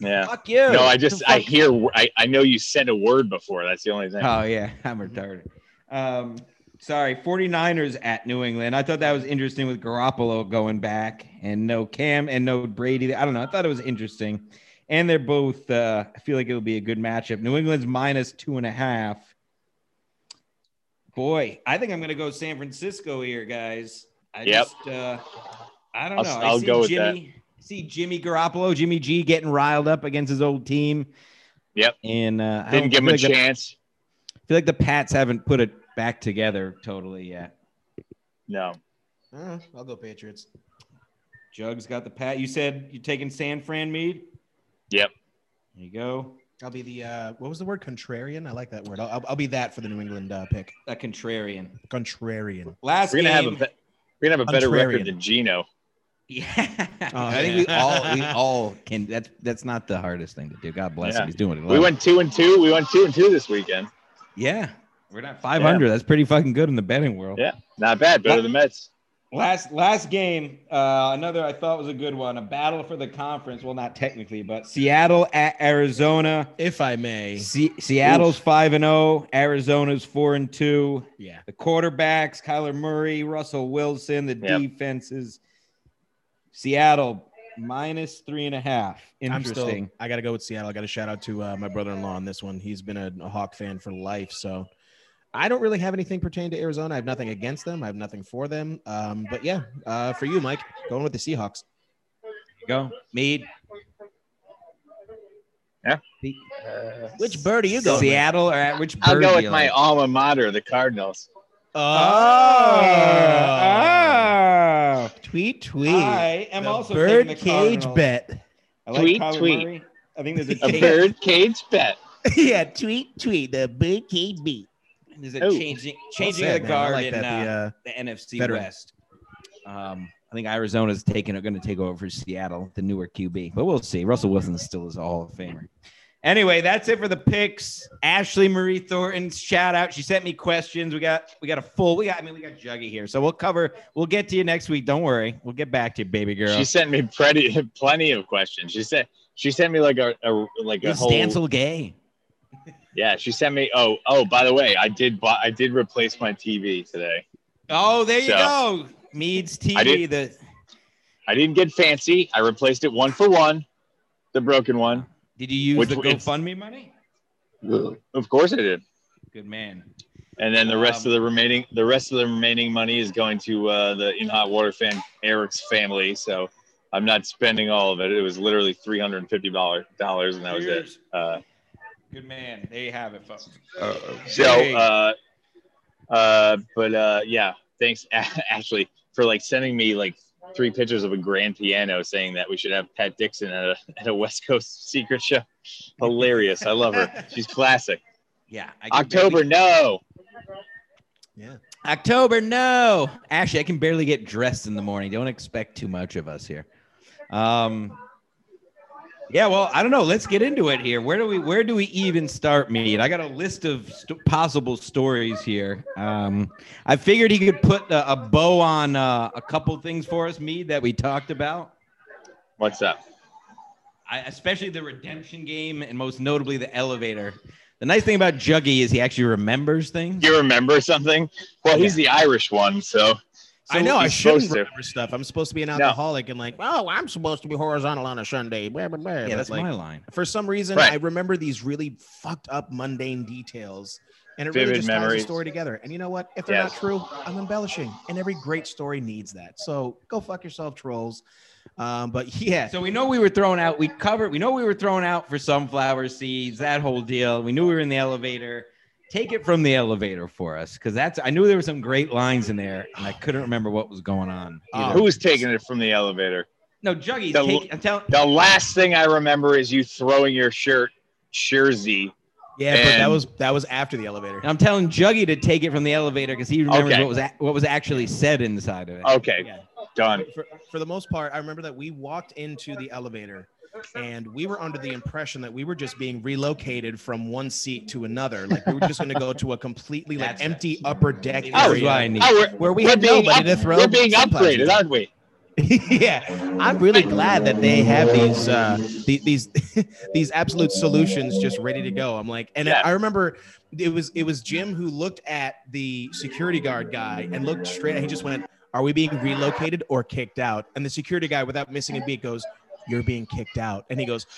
Speaker 5: yeah.
Speaker 2: Fuck you.
Speaker 5: No, I just
Speaker 2: The
Speaker 5: I
Speaker 2: fuck-
Speaker 5: hear I, I know you said a word before. That's the only thing.
Speaker 2: Oh, yeah. I'm retarded. Um, sorry, 49ers at New England. I thought that was interesting with Garoppolo going back and no Cam and no Brady. I don't know. I thought it was interesting. And they're both, uh, I feel like it'll be a good matchup. New England's minus two and a half. Boy, I think I'm going to go San Francisco here, guys. I
Speaker 5: Yep.
Speaker 2: just, uh, I don't
Speaker 5: I'll-
Speaker 2: know. I
Speaker 5: I'll
Speaker 2: see
Speaker 5: go with
Speaker 2: Jimmy, see Jimmy Garoppolo, Jimmy G getting riled up against his old team.
Speaker 5: Yep.
Speaker 2: And uh, I don't
Speaker 5: Didn't give him a
Speaker 2: feel like the-
Speaker 5: chance.
Speaker 2: I feel like the Pats haven't put it back together totally yet.
Speaker 5: No.
Speaker 3: Uh, I'll go Patriots.
Speaker 2: Jugs got the Pat. You said you're taking San Fran Mead.
Speaker 5: Yep.
Speaker 2: There you go.
Speaker 3: I'll be the uh, what was the word? Contrarian. I like that word. I'll, I'll, I'll be that for the New England uh, pick.
Speaker 2: A contrarian.
Speaker 3: Contrarian.
Speaker 2: Last
Speaker 5: We're gonna have a
Speaker 2: game-
Speaker 5: be- we're gonna have a better
Speaker 3: Contrarian.
Speaker 5: record than Gino.
Speaker 2: yeah.
Speaker 3: Oh,
Speaker 2: I think we all
Speaker 3: yeah.
Speaker 2: we all can. That's that's not the hardest thing to do. God bless
Speaker 5: Yeah.
Speaker 2: him. He's doing it.
Speaker 5: We went two and two. We went two and two this weekend.
Speaker 2: Yeah. We're not 500. That's pretty fucking good in the betting world.
Speaker 5: Yeah. Not bad. Better than Mets.
Speaker 2: Last last game, uh, another I thought was a good one. A battle for the conference. Well, not technically, but Seattle at Arizona.
Speaker 3: If I may.
Speaker 2: Se- Seattle's five and zero. Arizona's four and two.
Speaker 3: Yeah.
Speaker 2: The quarterbacks: Kyler Murray, Russell Wilson. The
Speaker 5: Yep.
Speaker 2: defenses. Seattle minus three and a half.
Speaker 3: I'm still-
Speaker 2: Interesting.
Speaker 3: I got to go with Seattle. I got to shout out to uh, my brother-in-law on this one. He's been a, a Hawk fan for life, so I don't really have anything pertaining to Arizona. I have nothing against them. I have nothing for them. Um, but yeah, uh, for you, Mike, going with the Seahawks.
Speaker 2: go Mead.
Speaker 5: Yeah.
Speaker 2: The-
Speaker 3: Uh, Which bird are you
Speaker 2: Seattle or at which?
Speaker 5: I'll
Speaker 2: bird
Speaker 5: go
Speaker 2: do
Speaker 5: with
Speaker 2: you
Speaker 5: my
Speaker 2: like?
Speaker 5: alma mater, the Cardinals.
Speaker 3: Oh,
Speaker 2: Oh,
Speaker 3: tweet, tweet.
Speaker 2: I am
Speaker 3: The
Speaker 2: also
Speaker 3: bird
Speaker 2: taking the
Speaker 3: cage
Speaker 2: Cardinals.
Speaker 3: bet.
Speaker 2: I like
Speaker 5: Tweet,
Speaker 2: Kyler
Speaker 5: tweet.
Speaker 2: Murray. I think there's a,
Speaker 5: A
Speaker 2: change-
Speaker 5: bird cage bet.
Speaker 3: yeah, tweet, tweet. The bird cage bet.
Speaker 2: There's a
Speaker 5: Ooh.
Speaker 2: changing changing
Speaker 3: Oh, Well
Speaker 2: of the
Speaker 3: said, man. I
Speaker 2: guard
Speaker 3: like
Speaker 2: in,
Speaker 3: that,
Speaker 2: uh,
Speaker 3: the, uh,
Speaker 2: the NFC
Speaker 3: Veteran.
Speaker 2: West. Um, I think Arizona's taking going to take over for Seattle, the newer QB, but we'll see. Russell Wilson still is a Hall of Famer. Anyway, that's it for the picks. Ashley Marie Thornton, shout out. She sent me questions. We got we got a full. We got I mean we got Juggy here, so we'll cover. We'll get to you next week. Don't worry, we'll get back to you, baby girl.
Speaker 5: She sent me pretty plenty of questions. She said she sent me like a, a like a
Speaker 2: Is
Speaker 5: whole
Speaker 2: Stancil gay?
Speaker 5: Yeah, she sent me. Oh, oh. By the way, I did. Buy, I did replace my TV today.
Speaker 2: Oh, there you
Speaker 5: So-
Speaker 2: go. Meads TV.
Speaker 5: I did-
Speaker 2: The
Speaker 5: I didn't get fancy. I replaced it one for one, the broken one.
Speaker 2: did you use
Speaker 5: Which
Speaker 2: the
Speaker 5: w- it's-
Speaker 2: GoFundMe money?
Speaker 5: Of course, I did.
Speaker 2: Good man.
Speaker 5: And then the rest
Speaker 2: Um,
Speaker 5: of the remaining, the rest of the remaining money is going to uh, the In Hot Water fan Eric's family. So I'm not spending all of it. It was literally three hundred and fifty dollars, and that was it.
Speaker 2: Cheers.
Speaker 5: Uh,
Speaker 2: Good man. There you have it, folks.
Speaker 4: Uh-oh.
Speaker 5: so, uh, uh, but uh, yeah, thanks A- Ashley for like sending me like three pictures of a grand piano, saying that we should have Pat Dixon at a, at a West Coast secret show. Hilarious. I love her. She's classic.
Speaker 2: Yeah. I can
Speaker 5: October,
Speaker 2: barely-
Speaker 5: no.
Speaker 2: October, no. Actually, I can barely get dressed in the morning. Don't expect too much of us here. Um, yeah, well, I don't know. Let's get into it here. Where do we where do we even start, Mead? I got a list of st- possible stories here. Um, I figured he could put a, a bow on uh, a couple things for us, Mead, that we talked about.
Speaker 5: What's up?
Speaker 2: I, especially the redemption game, and most notably the elevator. The nice thing about Juggy is he actually remembers things.
Speaker 5: You remember something? Well, he's the Irish one, so
Speaker 3: I know I
Speaker 5: he's
Speaker 3: shouldn't
Speaker 5: supposed to.
Speaker 3: remember stuff. I'm supposed to be an alcoholic and like, oh, I'm supposed to be horizontal on a Sunday. Blah, blah, blah.
Speaker 2: yeah,
Speaker 3: But,
Speaker 2: that's
Speaker 3: like,
Speaker 2: my line.
Speaker 3: For some reason,
Speaker 5: Right.
Speaker 3: I remember these really fucked up mundane details, and it
Speaker 5: Vivid
Speaker 3: really just ties
Speaker 5: memories.
Speaker 3: the story together. And you know what? If they're
Speaker 5: Yes.
Speaker 3: not true, I'm embellishing, and every great story needs that. So go fuck yourself, trolls. Um, but yeah,
Speaker 2: So we know we were thrown out. We covered. We know we were thrown out for sunflower seeds. That whole deal. We knew we were in the elevator. Take it from the elevator for us, because that's. I knew there were some great lines in there, and I couldn't remember what was going on.
Speaker 3: Oh.
Speaker 2: Either.
Speaker 5: Who was taking it from the elevator?
Speaker 2: no, Juggy.
Speaker 5: The-
Speaker 2: Take, I'm telling.
Speaker 5: The last thing I remember is you throwing your shirt, jersey.
Speaker 3: yeah, but that
Speaker 5: And-
Speaker 3: was that was after the elevator.
Speaker 2: I'm telling Juggy to take it from the elevator because he remembers
Speaker 5: Okay. Oh,
Speaker 2: what was a, what was actually said inside of it.
Speaker 5: Okay,
Speaker 3: Yeah.
Speaker 5: done.
Speaker 3: For, for the most part, I remember that we walked into the elevator and we were under the impression that we were just being relocated from one seat to another. Like we were just going to go to a completely like
Speaker 2: That's it.
Speaker 3: empty upper deck
Speaker 2: That's
Speaker 3: area
Speaker 2: what I need.
Speaker 5: Oh, we're,
Speaker 3: where we
Speaker 5: we're
Speaker 3: had
Speaker 5: being
Speaker 3: nobody
Speaker 5: up-
Speaker 3: to throw.
Speaker 5: we're being
Speaker 3: sunflowers
Speaker 5: upgraded,
Speaker 3: at.
Speaker 5: aren't we?
Speaker 3: yeah, I'm really glad that they have these uh, the- these these absolute solutions just ready to go. I'm like, and
Speaker 5: Yeah.
Speaker 3: I remember it was it was Jim who looked at the security guard guy and looked straight. at He just went, "Are we being relocated or kicked out?" And the security guy, without missing a beat, goes. You're being kicked out. And he goes,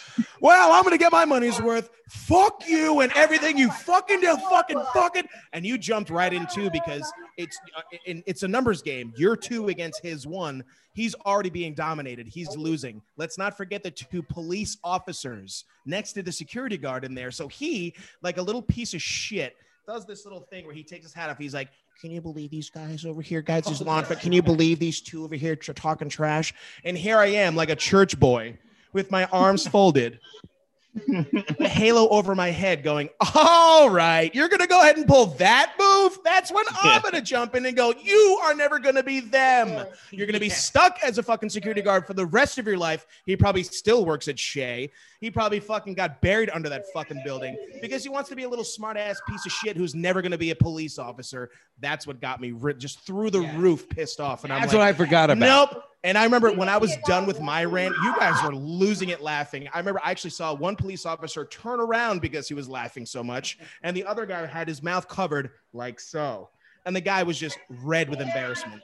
Speaker 3: Well, I'm gonna get my money's worth. Fuck you and everything you fucking do, fucking fucking. And you jumped right in too because it's uh, it- it's a numbers game. You're two against his one he's already being dominated. He's losing. Let's not forget the two police officers next to the security guard in there. So he, like a little piece of shit, does this little thing where he takes his hat off. He's like, can you believe these guys over here, guys? These lawn, but can you believe these two over here tr- talking trash? And here I am, like a church boy, with my arms folded, the halo over my head, going, "All right, you're gonna go ahead and pull that move. That's when I'm gonna jump in and go. You are never gonna be them. You're going to be stuck as a fucking security guard for the rest of your life. He probably still works at Shea. He probably fucking got buried under that fucking building because he wants to be a little smart ass piece of shit who's never going to be a police officer. That's what got me ri- just through the
Speaker 2: Yeah.
Speaker 3: roof pissed off. And
Speaker 2: That's
Speaker 3: I'm
Speaker 2: what
Speaker 3: like,
Speaker 2: I forgot about.
Speaker 3: nope. And I remember when I was done with my rant, you guys were losing it laughing. I remember I actually saw one police officer turn around because he was laughing so much, and the other guy had his mouth covered like so, and the guy was just red with embarrassment.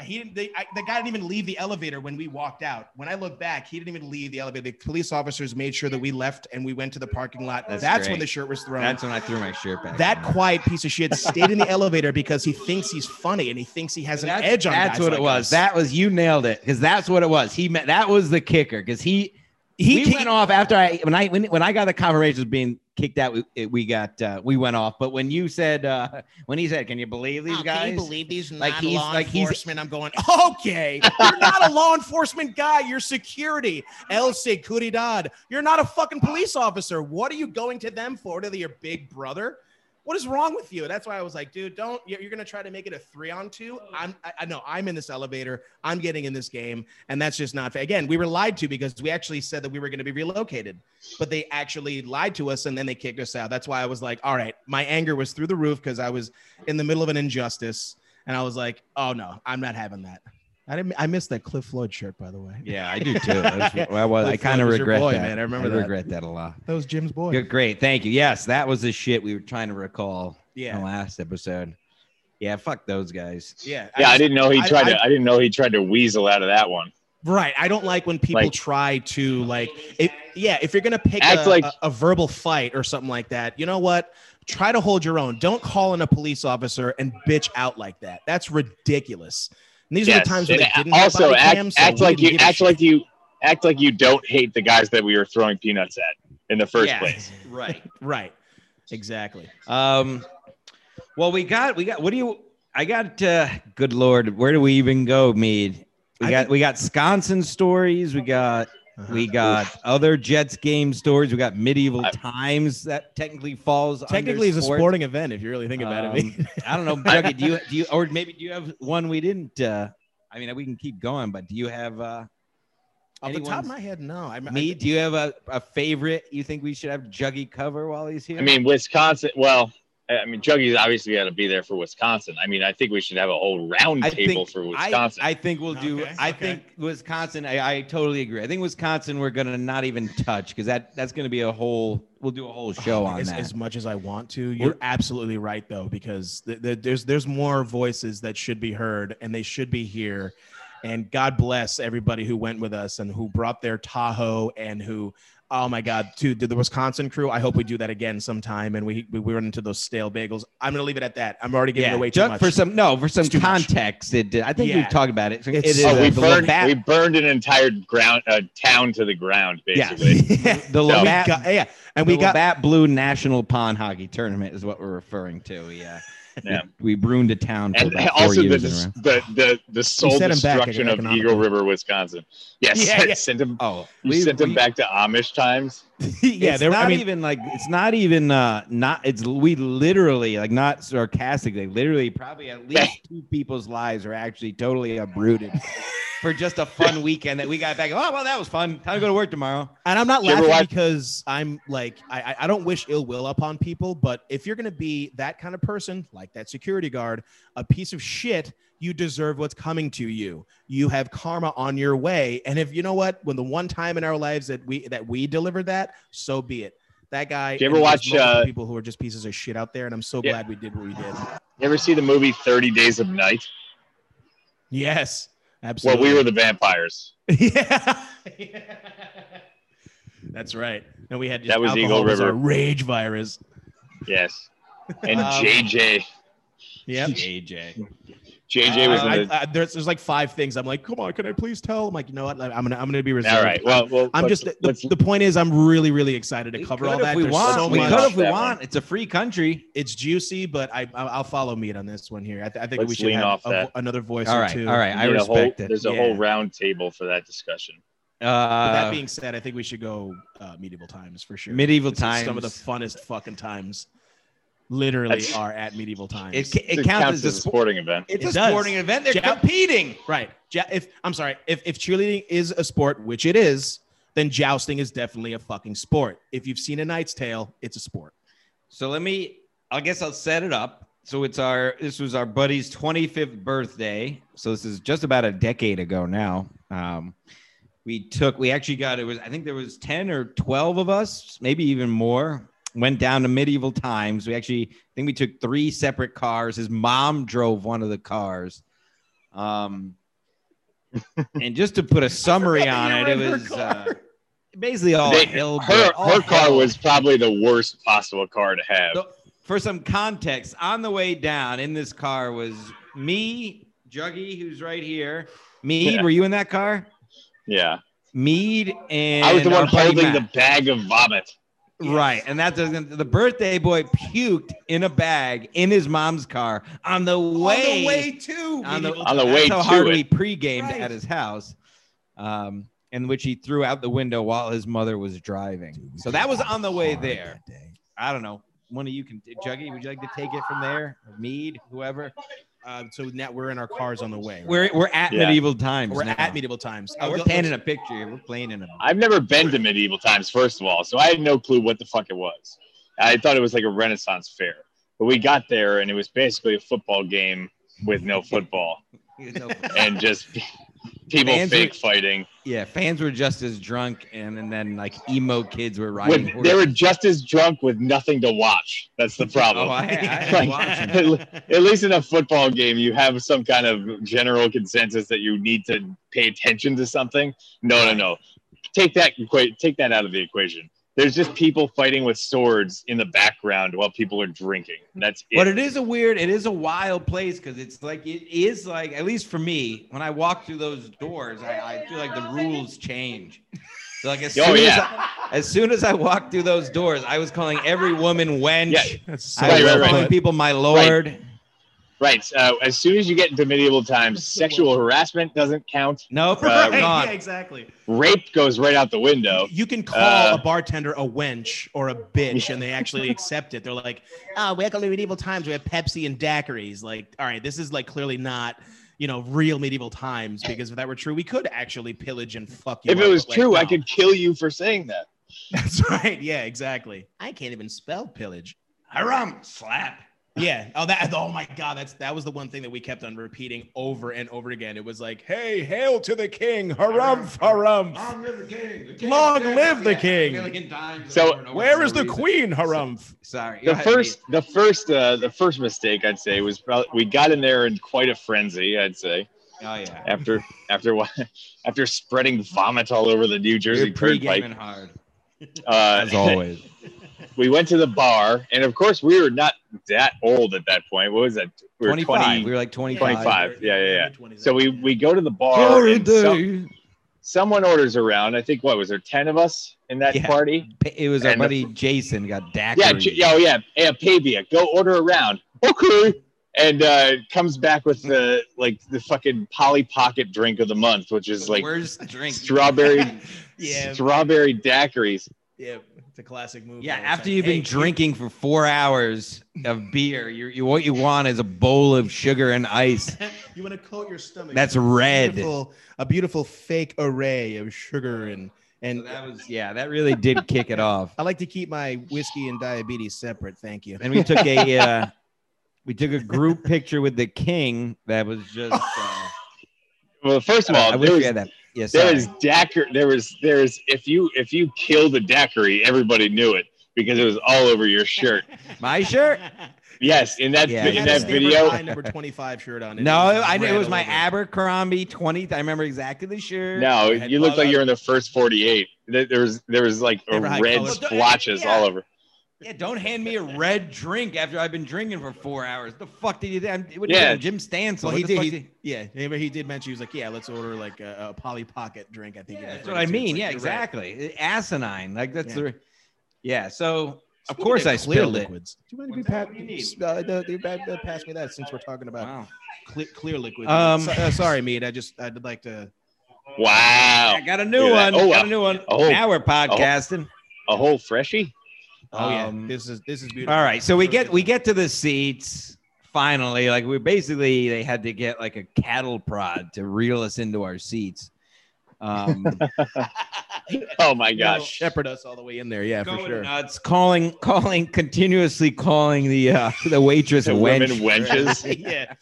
Speaker 3: And He didn't. They, I, the guy didn't even leave the elevator when we walked out. When I look back, he didn't even leave the elevator. The police officers made sure that we left and we went to the parking lot.
Speaker 2: That's
Speaker 3: That's,
Speaker 2: great.
Speaker 3: when the shirt was thrown.
Speaker 2: That's when I threw my shirt back.
Speaker 3: that quiet piece of shit stayed in the elevator because he thinks he's funny and he thinks he has an
Speaker 2: That's-
Speaker 3: edge on
Speaker 2: That's
Speaker 3: guys
Speaker 2: what
Speaker 3: like
Speaker 2: it was.
Speaker 3: us.
Speaker 2: That was you nailed it because that's what it was. He meant that was the kicker because he he
Speaker 3: kicked-
Speaker 2: went off after I when I when, when I got the confirmation of being kicked out. We, it- we got uh, we went off, but when you said uh, when he said, "Can you believe these
Speaker 3: Oh,
Speaker 2: guys?"
Speaker 3: Can you believe these
Speaker 2: Like,
Speaker 3: not
Speaker 2: he's-
Speaker 3: law
Speaker 2: like, he's-
Speaker 3: enforcement? I'm going, okay, you're not a law enforcement guy. You're security. El Securidad. You're not a fucking police officer. What are you going to them for? What Are they your big brother? What is wrong with you? That's why I was like, dude, don't. You're you're gonna try to make it a three on two. I'm, I, I know I'm in this elevator. I'm getting in this game, and that's just not fair. Again, we were lied to because we actually said that we were gonna be relocated, but they actually lied to us, and then they kicked us out. That's why I was like, all right, my anger was through the roof because I was in the middle of an injustice, and I was like, "Oh no, I'm not having that." I didn't. I missed that Cliff Floyd shirt, by the way.
Speaker 2: yeah, I do too. That was- I was. I
Speaker 3: Cliff
Speaker 2: kind of
Speaker 3: Floyd was your
Speaker 2: regret
Speaker 3: boy,
Speaker 2: that.
Speaker 3: man. I remember
Speaker 2: I
Speaker 3: that.
Speaker 2: regret that a lot.
Speaker 3: That was Jim's boy.
Speaker 2: Good, great. Thank you. Yes, that was the shit we were trying to recall in
Speaker 3: Yeah,
Speaker 2: the last episode. Yeah, fuck those guys.
Speaker 3: yeah,
Speaker 5: Yeah, I
Speaker 3: just-
Speaker 5: didn't know he
Speaker 3: I-
Speaker 5: tried
Speaker 3: I-
Speaker 5: to. I didn't know he tried to weasel out of that one.
Speaker 3: right. I don't like when people
Speaker 5: Like-
Speaker 3: try to like. It, yeah, if you're gonna pick
Speaker 5: Act
Speaker 3: a,
Speaker 5: like-
Speaker 3: a, a verbal fight or something like that, you know what? Try to hold your own. Don't call in a police officer and bitch out like that. That's ridiculous. And these are the times where
Speaker 5: and
Speaker 3: they didn't have
Speaker 5: also
Speaker 3: body
Speaker 5: act,
Speaker 3: cams, so
Speaker 5: act
Speaker 3: we
Speaker 5: like
Speaker 3: didn't
Speaker 5: you
Speaker 3: give a
Speaker 5: act
Speaker 3: shit.
Speaker 5: like you act like you don't hate the guys that we were throwing peanuts at in the first
Speaker 2: Yeah.
Speaker 5: place.
Speaker 2: Right.
Speaker 3: right. Exactly.
Speaker 2: Um, well, we got we got what do you? I got uh, good lord, where do we even go, Mead? We
Speaker 3: I
Speaker 2: got
Speaker 3: think-
Speaker 2: we got Sconsin stories. We got
Speaker 3: Uh-huh.
Speaker 2: we got other Jets game stories. We got medieval
Speaker 5: I-
Speaker 2: times that technically falls under
Speaker 3: Technically, it's a
Speaker 2: sports.
Speaker 3: sporting event if you really think about it.
Speaker 2: Um, I don't know, Dougie, do you do you or maybe do you have one we didn't? uh I mean, we can keep going, but do you have uh
Speaker 3: Off the top
Speaker 2: anyone's-
Speaker 3: of my head, no. I'm,
Speaker 2: me? Do you have a, a favorite you think we should have Juggy cover while he's here?
Speaker 5: I mean, Wisconsin. Well, I mean, Juggy's obviously got to be there for Wisconsin. I mean, I think we should have a whole round
Speaker 2: I
Speaker 5: table
Speaker 2: think-
Speaker 5: for
Speaker 2: I-
Speaker 5: Wisconsin.
Speaker 2: I, think we'll do.
Speaker 3: Okay,
Speaker 2: I
Speaker 3: okay.
Speaker 2: think Wisconsin. I, I totally agree. I think Wisconsin. We're gonna not even touch because that that's gonna be a whole. We'll do a whole
Speaker 3: Oh,
Speaker 2: show on
Speaker 3: as,
Speaker 2: that.
Speaker 3: as much as I want to. You're absolutely right though, because th- th- there's there's more voices that should be heard and they should be here. And God bless everybody who went with us and who brought their Tahoe and who, oh my God, to did the Wisconsin crew. I hope we do that again sometime. And we we, we run into those stale bagels. I'm gonna leave it at that. I'm already giving
Speaker 2: yeah,
Speaker 3: away too
Speaker 2: Doug,
Speaker 3: much.
Speaker 2: for some no for some
Speaker 3: too much.
Speaker 2: context. It did- I think
Speaker 3: Yeah.
Speaker 2: we've talked about it. it
Speaker 3: It's-
Speaker 2: is
Speaker 5: oh,
Speaker 2: uh,
Speaker 5: we
Speaker 2: the
Speaker 5: burned
Speaker 2: Labatt-
Speaker 5: we burned an entire ground uh, town to the ground
Speaker 2: yeah,
Speaker 5: basically.
Speaker 2: the
Speaker 5: So-
Speaker 2: Labatt,
Speaker 3: Got- yeah, and
Speaker 2: we
Speaker 3: we got
Speaker 2: Labatt Blue National Pond Hockey Tournament is what we're referring to. Yeah,
Speaker 5: Yeah.
Speaker 2: we, we broomed a town for
Speaker 5: and
Speaker 2: about four
Speaker 5: also the,
Speaker 2: years in a row.
Speaker 5: the the the soul
Speaker 3: sent him back
Speaker 5: destruction of
Speaker 3: economically.
Speaker 5: Eagle River, Wisconsin. Yes,
Speaker 3: Yeah, yeah.
Speaker 5: sent him.
Speaker 2: Oh,
Speaker 5: You
Speaker 2: we-
Speaker 5: sent him
Speaker 2: we-
Speaker 5: back to Amish times.
Speaker 3: yeah.
Speaker 2: it's
Speaker 3: There,
Speaker 2: not
Speaker 3: I mean,
Speaker 2: even like it's not even uh not it's we literally like not sarcastically literally probably at least two people's lives are actually totally uprooted for just a fun weekend that we got back. Oh well, that was fun. Time to go to work tomorrow.
Speaker 3: And I'm not
Speaker 5: You ever
Speaker 3: laughing
Speaker 5: watch-
Speaker 3: because I'm like I, I I don't wish ill will upon people, but if you're gonna be that kind of person, like that security guard, a piece of shit, you deserve what's coming to you. You have karma on your way, and if you know what, when the one time in our lives that we that we deliver that, so be it. That guy.
Speaker 5: Do you ever
Speaker 3: and there's
Speaker 5: watch,
Speaker 3: multiple
Speaker 5: uh,
Speaker 3: people who are just pieces of shit out there? And I'm so
Speaker 5: Yeah.
Speaker 3: glad we did what we did.
Speaker 5: You ever see the movie Thirty Days of Night?
Speaker 3: Yes,
Speaker 5: Well,
Speaker 3: absolutely.
Speaker 5: we were the vampires.
Speaker 3: yeah. That's right. And we had just
Speaker 5: That was
Speaker 3: alcohol
Speaker 5: Eagle
Speaker 3: was our
Speaker 5: River.
Speaker 3: rage virus.
Speaker 5: Yes, and
Speaker 2: Um,
Speaker 5: JJ.
Speaker 3: Yep.
Speaker 2: JJ.
Speaker 5: JJ was
Speaker 2: Uh,
Speaker 5: in
Speaker 3: I,
Speaker 5: the.
Speaker 3: I, there's, there's like five things. I'm like, come on, can I please tell? I'm like, you know what? I'm gonna I'm gonna be reserved.
Speaker 5: all right. Well, well
Speaker 3: I'm
Speaker 5: let's-
Speaker 3: just the,
Speaker 5: let's-
Speaker 3: the point is I'm really really excited to
Speaker 2: We
Speaker 3: cover
Speaker 2: could
Speaker 3: all
Speaker 2: if
Speaker 3: that.
Speaker 2: we
Speaker 3: There's
Speaker 2: want.
Speaker 3: so
Speaker 2: we
Speaker 3: much.
Speaker 2: could if we
Speaker 5: That
Speaker 2: want. It's a free country.
Speaker 3: It's juicy, but I I- I'll follow meat on this one here. I, th- I think
Speaker 5: Let's
Speaker 3: we should
Speaker 5: lean
Speaker 3: have
Speaker 5: off
Speaker 3: a-
Speaker 5: that.
Speaker 3: another voice
Speaker 2: All
Speaker 3: or
Speaker 2: right,
Speaker 3: two.
Speaker 2: all right. I
Speaker 5: you need a whole-
Speaker 2: respect it.
Speaker 5: There's a
Speaker 3: Yeah.
Speaker 5: whole round table for that discussion.
Speaker 3: But
Speaker 2: Uh,
Speaker 3: that being said, I think we should go uh, medieval times for sure.
Speaker 2: medieval
Speaker 3: This is
Speaker 2: times.
Speaker 3: Some of the funnest fucking times, literally,
Speaker 5: That's-
Speaker 3: are at medieval times.
Speaker 2: it, ca- it
Speaker 5: It
Speaker 2: counts as a
Speaker 5: as a
Speaker 2: sport.
Speaker 5: sporting event.
Speaker 2: It's
Speaker 3: It
Speaker 2: a
Speaker 3: does.
Speaker 2: sporting event. They're
Speaker 3: Jeff-
Speaker 2: competing.
Speaker 3: Right. Ja- if I'm sorry, if, if cheerleading is a sport, which it is, then jousting is definitely a fucking sport. If you've seen a Knight's Tale, it's a sport.
Speaker 2: So let me, I guess I'll set it up. So it's our, this was our buddy's 25th birthday. So this is just about a decade ago now. Um, we took, we actually got, it was, I think there was 10 or 12 of us, maybe even more, went down to medieval times. We actually, I think we took three separate cars. His mom drove one of the cars. Um, and just to put a summary on it, it was uh, basically all
Speaker 5: They-
Speaker 2: Oh, hell.
Speaker 5: Her
Speaker 2: all
Speaker 5: her car
Speaker 2: hell.
Speaker 5: was probably the worst possible car to have.
Speaker 2: So, for some context, on the way down in this car was me, Juggy, who's right here. Mead,
Speaker 5: Yeah.
Speaker 2: were you in that car?
Speaker 5: Yeah,
Speaker 2: Mead and
Speaker 5: I was the
Speaker 2: our
Speaker 5: one
Speaker 2: buddy
Speaker 5: holding the
Speaker 2: Matt.
Speaker 5: bag of vomit.
Speaker 2: right, and that doesn't. The birthday boy puked in a bag in his mom's car on the way
Speaker 3: on the way to
Speaker 2: on the,
Speaker 3: medieval
Speaker 5: On the
Speaker 2: that's
Speaker 5: way
Speaker 2: how
Speaker 5: to
Speaker 2: hard
Speaker 5: it.
Speaker 2: we pre-gamed
Speaker 3: Right.
Speaker 2: at his house, um, in which he threw out the window while his mother was driving. so that was on the way there. I don't know. One of you can, Juggy, would you like to take it from there? Or Mead, whoever.
Speaker 3: Uh, so now we're in our cars on the way. right?
Speaker 2: We're, we're at
Speaker 5: Yeah.
Speaker 2: medieval times.
Speaker 3: We're
Speaker 2: now.
Speaker 3: at medieval times.
Speaker 2: Oh,
Speaker 3: Uh,
Speaker 2: we're
Speaker 3: let's-
Speaker 2: painting a picture. here. We're playing in a.
Speaker 5: I've never been to medieval times, first of all, so I had no clue what the fuck it was. I thought it was like a Renaissance fair, but we got there and it was basically a football game with no football
Speaker 2: you know,
Speaker 5: and just people
Speaker 2: Fans are-
Speaker 5: fake fighting.
Speaker 2: yeah, fans were just as drunk, and, and then like emo kids were riding.
Speaker 5: With, they
Speaker 2: horses.
Speaker 5: were just as drunk with nothing to watch. That's the problem.
Speaker 2: Oh, I, I had
Speaker 5: Like,
Speaker 2: to watch it.
Speaker 5: at, le- at least in a football game, you have some kind of general consensus that you need to pay attention to something. No, no, no. Take that equa- take that out of the equation. there's just people fighting with swords in the background while people are drinking. That's it.
Speaker 2: But it is a weird, it is a wild place because it's like it is like at least for me when I walk through those doors, I, I feel like the rules change. So like as soon
Speaker 5: Oh,
Speaker 2: as
Speaker 5: yeah.
Speaker 2: I, as soon as I walked through those doors, I was calling every woman wench.
Speaker 5: Yeah.
Speaker 3: That's so
Speaker 2: I
Speaker 5: Right,
Speaker 2: was
Speaker 5: right, right.
Speaker 2: calling people my lord.
Speaker 5: Right. So as soon as you get into medieval times, sexual harassment doesn't count.
Speaker 2: Nope,
Speaker 5: Uh,
Speaker 3: yeah,
Speaker 2: gone.
Speaker 3: exactly.
Speaker 5: Rape goes right out the window.
Speaker 3: You can call
Speaker 5: Uh,
Speaker 3: a bartender a wench or a bitch, and they actually accept it. They're like, "Oh, we go to medieval times. We have Pepsi and daiquiris." Like, all right, this is like clearly not, you know, real medieval times. Because if that were true, we could actually pillage and fuck you.
Speaker 5: If
Speaker 3: up,
Speaker 5: it was
Speaker 3: but, like,
Speaker 5: true, I
Speaker 3: no.
Speaker 5: could kill you for saying that.
Speaker 3: That's right. Yeah, exactly. I can't even spell pillage.
Speaker 2: Haram slap.
Speaker 3: Yeah. Oh, that. Oh my God. That's that was the one thing that we kept on repeating over and over again. It was like,
Speaker 1: Hey, hail to the king! Harumph,
Speaker 3: Ah.
Speaker 1: harumph!
Speaker 2: Long live the king.
Speaker 1: king Long said live it, the yeah, king. a
Speaker 5: So,
Speaker 1: Where is the queen, harumph?
Speaker 2: Sorry.
Speaker 5: The first, the first, uh, the first mistake I'd say was probably we got in there in quite a frenzy. I'd say
Speaker 2: Oh yeah.
Speaker 5: after after wa- after spreading vomit all over the New Jersey
Speaker 2: You're
Speaker 5: Turnpike.
Speaker 2: pre-gaming hard.
Speaker 5: Uh,
Speaker 2: As always.
Speaker 5: we went to the bar, and of course, we were not that old at that point. What was that? We were
Speaker 2: 25.
Speaker 5: 20.
Speaker 2: we were like 25.
Speaker 5: 25. Yeah, yeah, yeah.
Speaker 3: mid-twenties.
Speaker 5: So we we go to the bar, and some- someone orders around. I think what was there ten of us in that
Speaker 2: Yeah.
Speaker 5: party?
Speaker 2: It was our
Speaker 5: And the-
Speaker 2: buddy Jason got daiquiris.
Speaker 5: Yeah, j- yeah, oh yeah, yeah. Pavia, go order around. Okay, and uh, comes back with the like the fucking Polly Pocket drink of the month, which is
Speaker 2: The
Speaker 5: like
Speaker 2: worst drink.
Speaker 5: strawberry-
Speaker 3: Yeah.
Speaker 5: strawberry daiquiris.
Speaker 3: Yeah, it's a classic movie.
Speaker 2: yeah,
Speaker 3: It's
Speaker 2: after
Speaker 3: like,
Speaker 2: you've
Speaker 3: hey,
Speaker 2: been drinking for four hours of beer, you, you what you want is a bowl of sugar and ice
Speaker 3: you want to coat your stomach.
Speaker 2: that's
Speaker 3: a
Speaker 2: red.
Speaker 3: beautiful, a beautiful fake array of sugar and
Speaker 2: So
Speaker 3: and.
Speaker 2: that was yeah, that really did kick it off.
Speaker 3: I like to keep my whiskey and diabetes separate. Thank you.
Speaker 2: And we took a uh, we took a group picture with the king that was just. Uh,
Speaker 5: Well, first of all,
Speaker 2: Oh, I
Speaker 5: there
Speaker 2: wish we
Speaker 5: was
Speaker 2: had that. Yes,
Speaker 5: There is daiquiri. There was there is if you if you killed a daiquiri, everybody knew it because it was all over your shirt.
Speaker 2: my shirt.
Speaker 5: Yes, in that
Speaker 2: Yeah,
Speaker 3: I
Speaker 5: in
Speaker 2: yeah.
Speaker 3: had a
Speaker 5: that
Speaker 3: Stanford
Speaker 5: video,
Speaker 3: High number twenty-five shirt on.
Speaker 2: No, I knew
Speaker 3: red
Speaker 2: it was
Speaker 3: all
Speaker 2: my
Speaker 3: over.
Speaker 2: Abercrombie 20. I remember exactly the shirt.
Speaker 5: no,
Speaker 3: had
Speaker 5: you looked
Speaker 3: love-
Speaker 5: like you're in the first forty-eight. There there was there was like a
Speaker 3: Never high
Speaker 5: red
Speaker 3: colors.
Speaker 5: splotches
Speaker 2: Yeah.
Speaker 5: all over.
Speaker 2: Yeah, don't hand me a red drink after I've been drinking for four hours. The fuck did you do? What
Speaker 5: Yeah.
Speaker 2: yeah. Jim Stancil.
Speaker 3: Well,
Speaker 2: what
Speaker 3: he
Speaker 2: the
Speaker 3: did.
Speaker 2: fuck
Speaker 3: He, yeah, he- but he did mention he was like, yeah, let's order like a, a Polly Pocket drink. I think. he
Speaker 2: Yeah, that's
Speaker 3: referred
Speaker 2: what I
Speaker 3: to. It's
Speaker 2: mean.
Speaker 3: like,
Speaker 2: yeah,
Speaker 3: you're right.
Speaker 2: exactly. Asinine. Like that's
Speaker 3: Yeah.
Speaker 2: the. Yeah. So of
Speaker 3: Speaking
Speaker 2: course
Speaker 3: of
Speaker 2: I
Speaker 3: clear
Speaker 2: spilled it.
Speaker 3: liquids, Do you want to be
Speaker 2: What's that?
Speaker 3: pat?
Speaker 2: What do you need?
Speaker 3: Uh, the, the, the, the, pass me that since we're talking about
Speaker 2: Wow.
Speaker 3: cle- clear liquids.
Speaker 2: Um,
Speaker 3: So- uh, sorry, Mead. I just I'd like to.
Speaker 5: Wow,
Speaker 2: I got a new
Speaker 5: Look at
Speaker 2: one.
Speaker 5: that. Oh,
Speaker 2: got
Speaker 5: wow.
Speaker 2: a new one.
Speaker 5: Oh.
Speaker 2: Now we're podcasting.
Speaker 5: a whole freshie.
Speaker 3: Oh yeah,
Speaker 2: Um,
Speaker 3: this is this is beautiful.
Speaker 2: All right, so we get we get to the seats finally. Like we basically they had to get like a cattle prod to reel us into our seats. Um,
Speaker 5: Oh my
Speaker 3: You know,
Speaker 5: gosh,
Speaker 3: shepherd us all the way in there. Yeah, for
Speaker 2: going
Speaker 3: sure.
Speaker 2: nuts, calling, calling, continuously calling the uh, the waitress
Speaker 5: the
Speaker 2: a
Speaker 5: women
Speaker 2: wench
Speaker 5: wenches.
Speaker 3: yeah.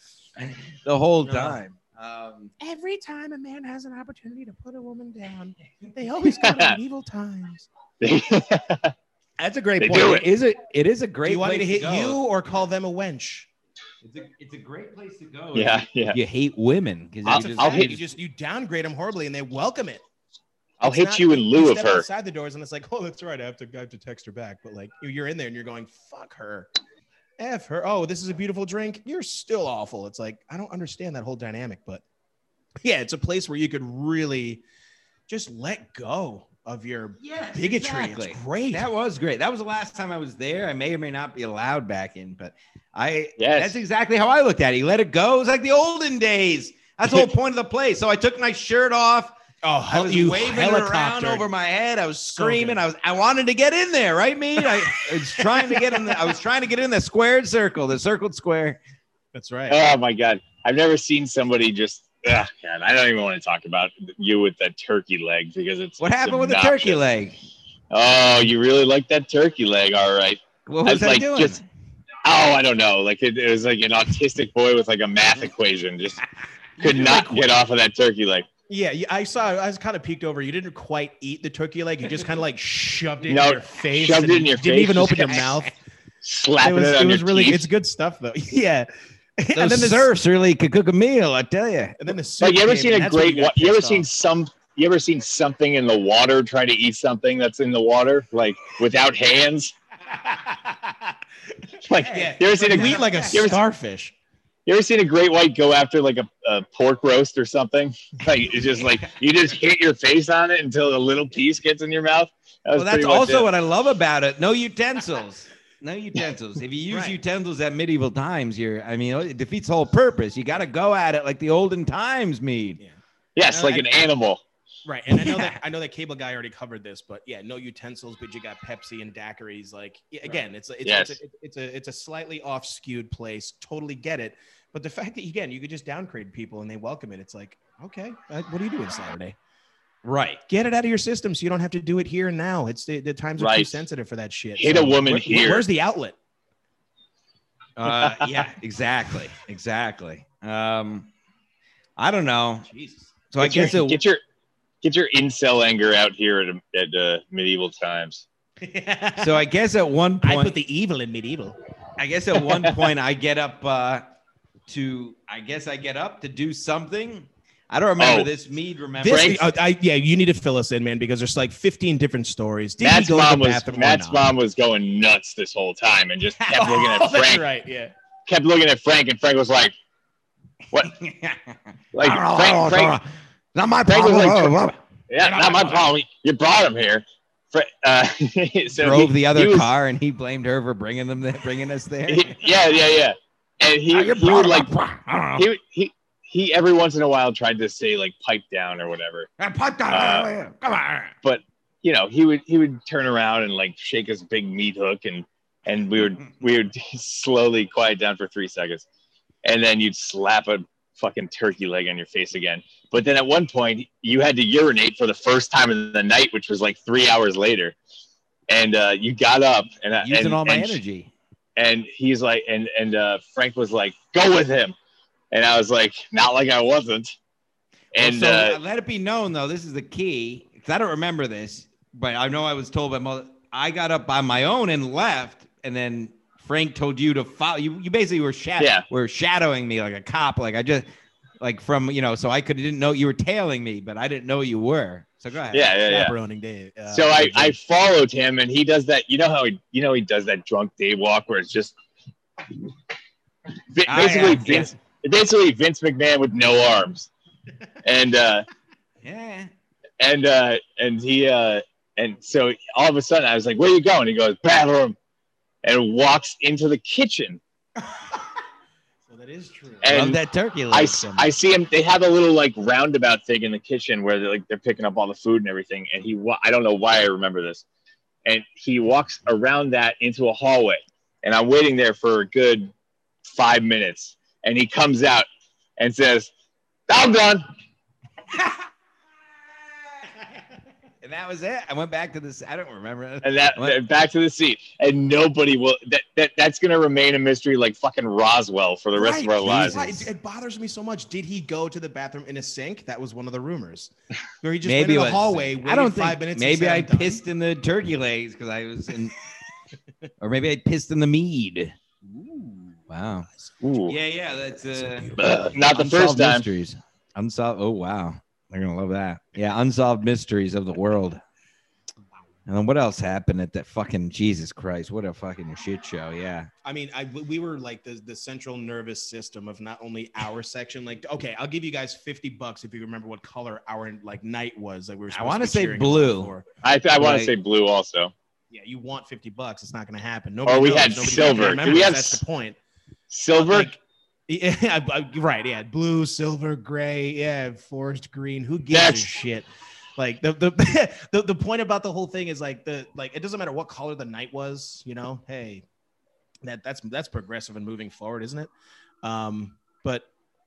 Speaker 2: the whole
Speaker 3: No.
Speaker 2: time. Um,
Speaker 3: Every time a man has an opportunity to put a woman down, they always go to medieval times.
Speaker 2: that's a great
Speaker 5: They
Speaker 2: point.
Speaker 5: do
Speaker 2: It is a it is a great.
Speaker 3: Do you want me to
Speaker 2: place
Speaker 3: hit
Speaker 2: go.
Speaker 3: you or call them a wench?
Speaker 2: It's a, it's a great place to go. if
Speaker 5: yeah, yeah.
Speaker 2: You hate women because
Speaker 5: I'll-
Speaker 2: you just,
Speaker 5: I'll hit-
Speaker 3: you. Just you downgrade them horribly, and they welcome it.
Speaker 5: I'll
Speaker 3: It's
Speaker 5: hit
Speaker 3: not
Speaker 5: you in
Speaker 3: like
Speaker 5: lieu of
Speaker 3: step
Speaker 5: her.
Speaker 3: Outside the doors, and it's like, oh, that's right. I have to, I have to text her back. But like, you- you're in there, and you're going, fuck her, f her. Oh, this is a beautiful drink. You're still awful. It's like I don't understand that whole dynamic, but yeah, it's a place where you could really just let go of your
Speaker 2: Yes,
Speaker 3: bigotry.
Speaker 2: exactly.
Speaker 3: It's great.
Speaker 2: That was great. That was the last time I was there. I may or may not be allowed back in, but I
Speaker 5: Yes.
Speaker 2: that's exactly how I looked at it. He let it go. It was like the olden days. That's the whole point of the place. So I took my shirt off.
Speaker 3: oh,
Speaker 2: I was
Speaker 3: you
Speaker 2: waving it around
Speaker 3: helicopter.
Speaker 2: over my head. I was
Speaker 3: So
Speaker 2: screaming.
Speaker 3: good.
Speaker 2: I was I wanted to get in there, right, me? I, I was trying to get in the I was trying to get in the squared circle, the circled square.
Speaker 3: That's right.
Speaker 5: Oh my god, I've never seen somebody just. ah, God, I don't even want to talk about you with that turkey leg because it's
Speaker 2: What happened with the
Speaker 5: obnoxious.
Speaker 2: turkey leg?
Speaker 5: Oh, you really like that turkey leg, all right.
Speaker 2: What was
Speaker 5: I was
Speaker 2: I,
Speaker 5: like,
Speaker 2: doing?
Speaker 5: just- Oh, I don't know. Like it, it was like an autistic boy with like a math equation, just could not get off of that turkey leg.
Speaker 3: Yeah, you- I saw. I was kind of peeked over. You didn't quite eat the turkey leg. You just kind of like shoved it
Speaker 5: No,
Speaker 3: in your face.
Speaker 5: shoved
Speaker 3: and
Speaker 5: it in your
Speaker 3: didn't
Speaker 5: face,
Speaker 3: even
Speaker 5: just
Speaker 3: open your
Speaker 5: kinda-
Speaker 3: mouth. It
Speaker 5: Slapping it,
Speaker 3: was,
Speaker 5: on
Speaker 3: it was
Speaker 5: your
Speaker 3: really.
Speaker 5: teeth.
Speaker 3: It's good stuff though. Yeah.
Speaker 2: Those
Speaker 3: the
Speaker 2: serfs really could cook a meal, I tell you.
Speaker 3: And then the soup
Speaker 5: like you ever
Speaker 3: came,
Speaker 5: seen
Speaker 3: and
Speaker 5: a
Speaker 3: that's when
Speaker 5: great
Speaker 3: got
Speaker 5: one? You ever
Speaker 3: pissed
Speaker 5: seen
Speaker 3: off.
Speaker 5: some you ever seen something in the water trying to eat something that's in the water, like without hands? Like,
Speaker 3: Yeah.
Speaker 5: you ever seen a
Speaker 3: Eat like a
Speaker 5: you ever-
Speaker 3: starfish.
Speaker 5: You ever seen a great white go after like a, a pork roast or something? Like it's just like you just hit your face on it until a little piece gets in your mouth. That was
Speaker 2: Well, that's
Speaker 5: pretty much
Speaker 2: also
Speaker 5: it.
Speaker 2: what I love about it. No utensils. No utensils. If you use
Speaker 3: Right.
Speaker 2: utensils at medieval times, you're I mean, it defeats the whole purpose. You got to go at it like the olden times mean.
Speaker 5: yes,
Speaker 3: uh,
Speaker 5: like an animal.
Speaker 3: Right, and I know that I know that cable guy already covered this, but yeah, no utensils, but you got Pepsi and daiquiris. Like yeah, again, it's a- it's
Speaker 5: Yes.
Speaker 3: it's, a, it's a it's a slightly off skewed place. Totally get it, but the fact that again you could just downgrade people and they welcome it. It's like okay, uh, what are you doing Saturday?
Speaker 2: Right.
Speaker 3: Get it out of your system so you don't have to do it here and now. It's the, the times are too
Speaker 5: Right.
Speaker 3: sensitive for that shit.
Speaker 5: Hit
Speaker 3: So
Speaker 5: a woman
Speaker 3: where-
Speaker 5: here.
Speaker 3: Where's the outlet?
Speaker 2: Uh, yeah, exactly. Exactly. Um I don't know.
Speaker 3: Jesus.
Speaker 2: So I
Speaker 5: Get your-
Speaker 2: guess it
Speaker 5: get your get your incel anger out here at at uh, medieval times.
Speaker 2: so I guess at one
Speaker 3: I
Speaker 2: point
Speaker 3: put the evil in medieval.
Speaker 2: I guess at one point I get up uh, to I guess I get up to do something. I don't remember
Speaker 5: Oh.
Speaker 2: this mead remember.
Speaker 3: This, uh, I, yeah, you need to fill us in, man, because there's like 15 different stories. Did he
Speaker 5: Matt's
Speaker 3: go to the
Speaker 5: mom was
Speaker 3: bathroom or
Speaker 5: Matt's
Speaker 3: not?
Speaker 5: mom was going nuts this whole time and just kept looking at Frank.
Speaker 3: right. Yeah.
Speaker 5: Kept looking at Frank, and Frank was like, like
Speaker 3: Oh,
Speaker 5: Frank, Frank,
Speaker 2: not my
Speaker 5: Frank was
Speaker 2: problem. Oh,
Speaker 5: like-
Speaker 2: oh.
Speaker 5: Yeah, not my problem. You brought him here. Fr- Uh, so
Speaker 2: Drove
Speaker 5: he-
Speaker 2: the other
Speaker 5: he was-
Speaker 2: car and he blamed her for bringing them there, bringing us there.
Speaker 5: he- yeah, yeah, yeah. And he, he would like
Speaker 2: I
Speaker 5: he, he he every once in a while tried to say like pipe down or whatever. Uh,
Speaker 2: oh, Come on.
Speaker 5: You know, he would he would turn around and like shake his big meat hook and and we would we would slowly quiet down for three seconds, and then you'd slap a fucking turkey leg on your face again. But then at one point you had to urinate for the first time in the night, which was like three hours later. And uh, you got up and I-
Speaker 2: Using
Speaker 5: and,
Speaker 2: all my
Speaker 5: and-
Speaker 2: energy.
Speaker 5: and he's like and and uh, frank was like go with him and i was like not like i wasn't and
Speaker 2: so
Speaker 5: uh,
Speaker 2: uh, let it be known though, this is the key because I don't remember this, but I know I was told by mother. I got up on my own and left, and then Frank told you to follow. You, you basically were shadow,
Speaker 5: Yeah.
Speaker 2: were shadowing me like a cop. Like I just like from you know, so I could didn't know you were tailing me, but I didn't know you were. So go ahead.
Speaker 5: yeah yeah yeah
Speaker 3: Chaperoning Dave. uh,
Speaker 5: so I, I
Speaker 3: Dave.
Speaker 5: followed him and he does that you know how he you know he does that drunk day walk where it's just Ba-
Speaker 2: Ah, yeah,
Speaker 5: basically
Speaker 2: yeah.
Speaker 5: vince basically vince mcmahon with no arms and uh
Speaker 2: yeah.
Speaker 5: and uh and he uh and so all of a sudden i was like where you going he goes bathroom and walks into the kitchen
Speaker 3: So that is true.
Speaker 5: and
Speaker 2: Love that turkey leg.
Speaker 5: I, s-
Speaker 2: so much.
Speaker 5: I see him. They have a little like roundabout thing in the kitchen where they're like they're picking up all the food and everything. And he, wa- I don't know why I remember this. And he walks around that into a hallway, and I'm waiting there for a good five minutes. And he comes out and says, "I'm done."
Speaker 2: and that was it. I went back to this. I don't remember.
Speaker 5: And that
Speaker 2: What?
Speaker 5: and back to the seat. And nobody will. That, that that's gonna remain a mystery like fucking Roswell for the rest of our lives.
Speaker 3: Why- It, it bothers me so much. Did he go to the bathroom in a sink? That was one of the rumors. Where he just went
Speaker 2: it
Speaker 3: in
Speaker 2: was-
Speaker 3: the hallway.
Speaker 2: I don't
Speaker 3: waited
Speaker 2: think.
Speaker 3: five minutes. and
Speaker 2: maybe
Speaker 3: said,
Speaker 2: I
Speaker 3: "I'm done."
Speaker 2: pissed in the turkey legs because I was in, or maybe I pissed in the mead. Wow.
Speaker 5: Ooh.
Speaker 2: Yeah, yeah. That's uh,
Speaker 5: Uh, not the first
Speaker 2: Unsolved
Speaker 5: time.
Speaker 2: Mysteries. Unsolved. Oh wow, they're gonna love that. Yeah, unsolved mysteries of the world. And then what else happened at that fucking Jesus Christ? What a fucking shit show. Yeah.
Speaker 3: I mean, I we were like the, the central nervous system of not only our section. Like, okay, I'll give you guys fifty bucks if you remember what color our like night was. Like we were. supposed
Speaker 2: wanna
Speaker 3: to be
Speaker 2: say
Speaker 3: cheering
Speaker 2: blue.
Speaker 3: for.
Speaker 5: I, I want
Speaker 2: Like-
Speaker 5: to say blue also.
Speaker 3: Yeah, you want fifty bucks? It's not going to happen. Nobody
Speaker 5: we
Speaker 3: knows,
Speaker 5: had
Speaker 3: nobody
Speaker 5: silver. Did
Speaker 3: remembers,
Speaker 5: we have
Speaker 3: That's
Speaker 5: s-
Speaker 3: the point.
Speaker 5: Silver.
Speaker 3: Like, yeah, I- I- right. Yeah, blue, silver, gray. Yeah, forest green. Who gives
Speaker 5: That's-
Speaker 3: a shit? Like the the, the the point about the whole thing is like the like it doesn't matter what color the night was. You know, hey, that that's that's progressive and moving forward, isn't it? Um, but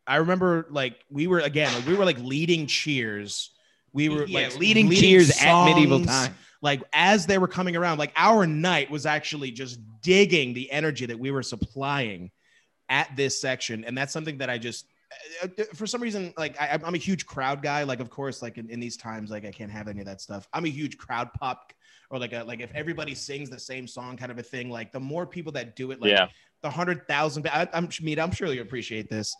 Speaker 3: I remember like we were again like, we were like leading cheers. We were
Speaker 2: Yeah,
Speaker 3: like
Speaker 2: leading, cheers at medieval
Speaker 3: songs
Speaker 2: time.
Speaker 3: like as they were coming around, like our night was actually just digging the energy that we were supplying at this section, and that's something that I just uh, uh, for some reason like I, I'm a huge crowd guy. Like of course, like in, in these times, like I can't have any of that stuff. I'm a huge crowd pop or like a like if everybody sings the same song kind of a thing. Like the more people that do it, like
Speaker 5: yeah.
Speaker 3: the hundred thousand. I- I'm Mead, I'm sure you appreciate this.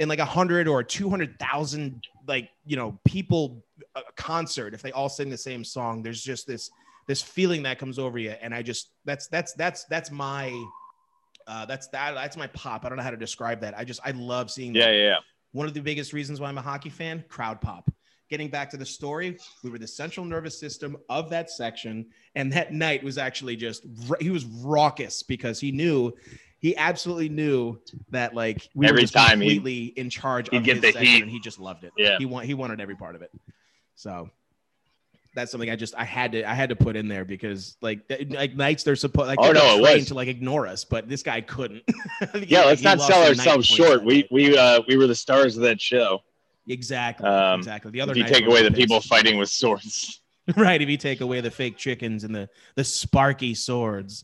Speaker 3: in like a hundred or two hundred thousand like you know people uh, concert if they all sing the same song. There's just this this feeling that comes over you, and I just that's that's that's that's my uh, that's that that's my pop. I don't know how to describe that. I just I love seeing
Speaker 5: Yeah,
Speaker 3: that.
Speaker 5: yeah, yeah.
Speaker 3: One of the biggest reasons why I'm a hockey fan, crowd pop. Getting back to the story, we were the central nervous system of that section. And that night was actually just, he was raucous because he knew, he absolutely knew that like we
Speaker 5: Every
Speaker 3: were just
Speaker 5: time he-
Speaker 3: completely in charge
Speaker 5: he'd
Speaker 3: of
Speaker 5: get
Speaker 3: his
Speaker 5: the
Speaker 3: section
Speaker 5: heat.
Speaker 3: and he just loved it.
Speaker 5: Yeah.
Speaker 3: He, wa- he wanted every part of it. So that's something I just, I had to, I had to put in there because like, th- like nights they're supposed, like,
Speaker 5: Oh,
Speaker 3: they were
Speaker 5: no, it
Speaker 3: trained
Speaker 5: was.
Speaker 3: to like ignore us, but this guy couldn't.
Speaker 5: Yeah, let's not sell ourselves short. We we uh we were the stars of that show.
Speaker 3: Exactly.
Speaker 5: Um,
Speaker 3: exactly. The other
Speaker 5: If you
Speaker 3: night
Speaker 5: take
Speaker 3: we
Speaker 5: away
Speaker 3: were
Speaker 5: the people
Speaker 3: pissed.
Speaker 5: fighting with swords.
Speaker 3: right? If you take away the fake chickens and the the sparky swords.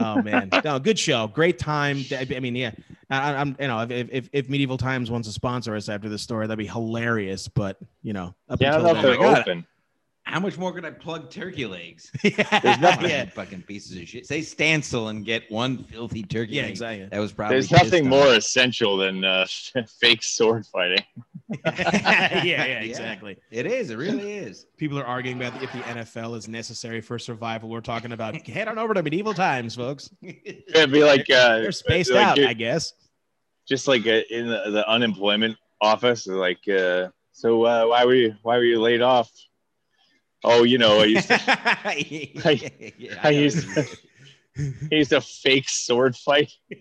Speaker 3: Oh man, no, good show, great time. I I mean, yeah, I, I'm you know if, if if medieval times wants to sponsor us after this story, that'd be hilarious. But you know, up
Speaker 5: Yeah, I don't know
Speaker 3: until then,
Speaker 5: if they're
Speaker 2: Oh my God.
Speaker 5: open.
Speaker 2: How much more can I plug turkey legs?
Speaker 3: yeah,
Speaker 5: There's nothing-
Speaker 3: yeah,
Speaker 2: Fucking- Fucking pieces of shit. Say Stancil and get one filthy turkey.
Speaker 3: yeah,
Speaker 2: leg.
Speaker 3: exactly.
Speaker 2: That was probably
Speaker 5: There's nothing
Speaker 2: kissed
Speaker 5: more
Speaker 2: on.
Speaker 5: essential than uh, fake sword fighting.
Speaker 3: yeah, yeah,
Speaker 2: Yeah.
Speaker 3: exactly.
Speaker 2: It is. It really is.
Speaker 3: People are arguing about if the NFL is necessary for survival. We're talking about head on over to medieval times, folks.
Speaker 5: It'd be like uh,
Speaker 3: They're spaced
Speaker 5: like,
Speaker 3: out,
Speaker 5: dude,
Speaker 3: I guess.
Speaker 5: just like uh, in the, the unemployment office, they're like, uh, so uh, why were you why were you laid off? Oh, you know, I used to,
Speaker 2: Yeah,
Speaker 5: I
Speaker 2: know.
Speaker 5: used to, I used to fake sword fight.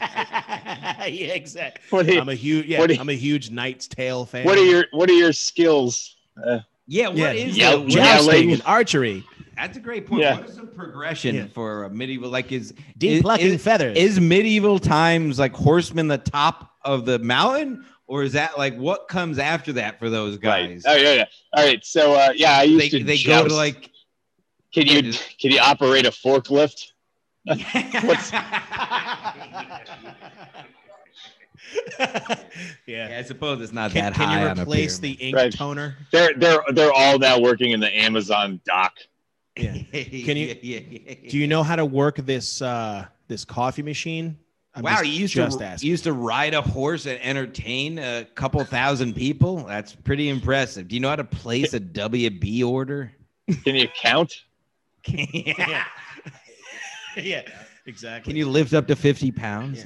Speaker 3: yeah, exactly.
Speaker 5: What are,
Speaker 3: I'm a huge yeah,
Speaker 5: What do you-
Speaker 3: I'm a huge Knight's Tale fan.
Speaker 5: what are your what are your skills? Uh,
Speaker 2: Yeah,
Speaker 3: Yeah.
Speaker 2: what is
Speaker 5: Yeah,
Speaker 2: the-
Speaker 5: yeah, like-
Speaker 3: jousting and archery,
Speaker 2: That's a great point.
Speaker 5: Yeah.
Speaker 2: What is the progression
Speaker 3: Yeah.
Speaker 2: for a medieval? Like, is
Speaker 3: deep
Speaker 2: is-
Speaker 3: plucking
Speaker 2: is,
Speaker 3: feathers?
Speaker 2: is medieval times like horsemen the top of the mountain, or is that like what comes after that for those
Speaker 5: right.
Speaker 2: guys?
Speaker 5: Oh yeah, yeah. All right. So uh, yeah, I used
Speaker 2: They,
Speaker 5: to.
Speaker 2: they go
Speaker 5: joust.
Speaker 2: to like
Speaker 5: Can you can you operate a forklift? What's-
Speaker 3: yeah.
Speaker 2: Yeah, I suppose it's not
Speaker 3: Can,
Speaker 2: that
Speaker 3: can
Speaker 2: high.
Speaker 3: you
Speaker 2: on a
Speaker 3: replace the
Speaker 2: pyramid.
Speaker 3: ink
Speaker 5: Right.
Speaker 3: toner?
Speaker 5: They're they're they're all now working in the Amazon dock.
Speaker 3: Yeah. Can you-
Speaker 2: yeah, yeah, yeah.
Speaker 3: Do you know how to work this uh this coffee machine? I'm
Speaker 2: wow,
Speaker 3: just,
Speaker 2: you used
Speaker 3: just
Speaker 2: to
Speaker 3: asking.
Speaker 2: you used to ride a horse and entertain a couple thousand people. That's pretty impressive. Do you know how to place a WB order?
Speaker 5: Can you count?
Speaker 2: Can
Speaker 3: yeah, exactly.
Speaker 2: you lift up to fifty pounds?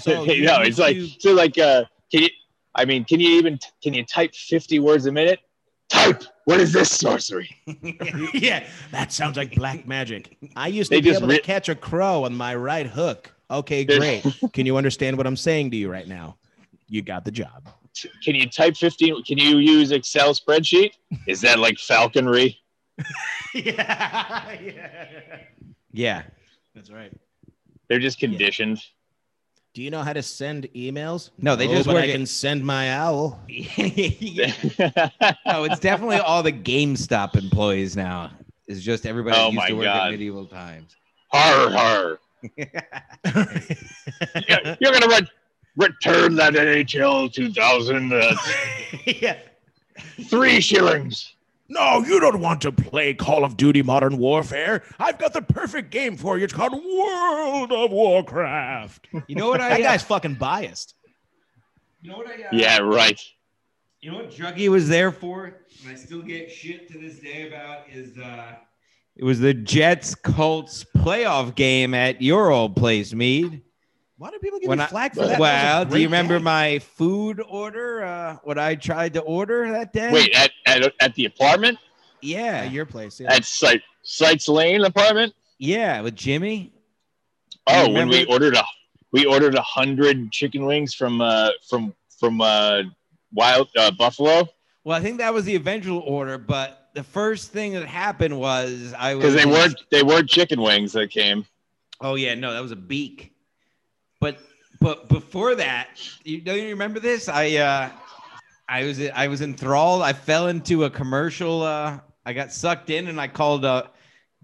Speaker 3: so you
Speaker 5: no,
Speaker 3: used
Speaker 5: it's like
Speaker 3: to-
Speaker 5: so like uh, can you? I mean, can you even can you type fifty words a minute? Type. What is this sorcery?
Speaker 3: yeah, that sounds like black magic. I used to
Speaker 5: They
Speaker 3: be
Speaker 5: just
Speaker 3: able
Speaker 5: ri-
Speaker 3: to catch a crow on my right hook. Okay,
Speaker 5: There's-
Speaker 3: great. Can you understand what I'm saying to you right now? You got the job.
Speaker 5: Can you type fifteen? Can you use Excel spreadsheet? Is that like falconry?
Speaker 3: yeah, yeah.
Speaker 2: Yeah.
Speaker 3: That's right.
Speaker 5: They're just conditioned.
Speaker 3: Do you know how to send emails?
Speaker 2: No, Oh, they
Speaker 3: No,
Speaker 2: just
Speaker 3: Oh, but
Speaker 2: work
Speaker 3: I
Speaker 2: it-
Speaker 3: can send my owl.
Speaker 2: No, it's definitely all the GameStop employees now. It's just everybody
Speaker 5: Oh
Speaker 2: that used
Speaker 5: my
Speaker 2: to work
Speaker 5: God.
Speaker 2: at medieval times.
Speaker 5: har har. You're, you're gonna re- return that NHL 2000 uh,
Speaker 3: yeah.
Speaker 5: three shillings.
Speaker 1: No, Oh, you don't want to play Call of Duty Modern Warfare. I've got the perfect game for you. It's called World of Warcraft.
Speaker 2: You know what I
Speaker 3: That guy's fucking biased.
Speaker 2: You know what I uh,
Speaker 5: Yeah, right.
Speaker 2: You know what Druggy was there for, and I still get shit to this day about is uh it was the Jets Colts playoff game at your old place, Mead.
Speaker 3: Why do people give
Speaker 2: When
Speaker 3: me
Speaker 2: I-
Speaker 3: flack for that? That was a
Speaker 2: Well, do
Speaker 3: great
Speaker 2: you remember
Speaker 3: game.
Speaker 2: my food order? Uh, what I tried to order that day?
Speaker 5: Wait, at, at, at the apartment?
Speaker 3: At
Speaker 2: yeah,
Speaker 3: your place? Yeah.
Speaker 5: At Sight, Sights Lane apartment?
Speaker 2: yeah, with Jimmy.
Speaker 5: Oh,
Speaker 2: You
Speaker 5: when we
Speaker 2: remember-
Speaker 5: ordered a we ordered a hundred chicken wings from uh from from uh wild uh, buffalo
Speaker 2: Well, I think that was the eventual order, but the first thing that happened was I was
Speaker 5: because they weren't they weren't chicken wings that came.
Speaker 2: Oh yeah, no, that was a beak. But but before that, you don't you remember this? I uh I was I was enthralled. I fell into a commercial. Uh, I got sucked in, and I called uh,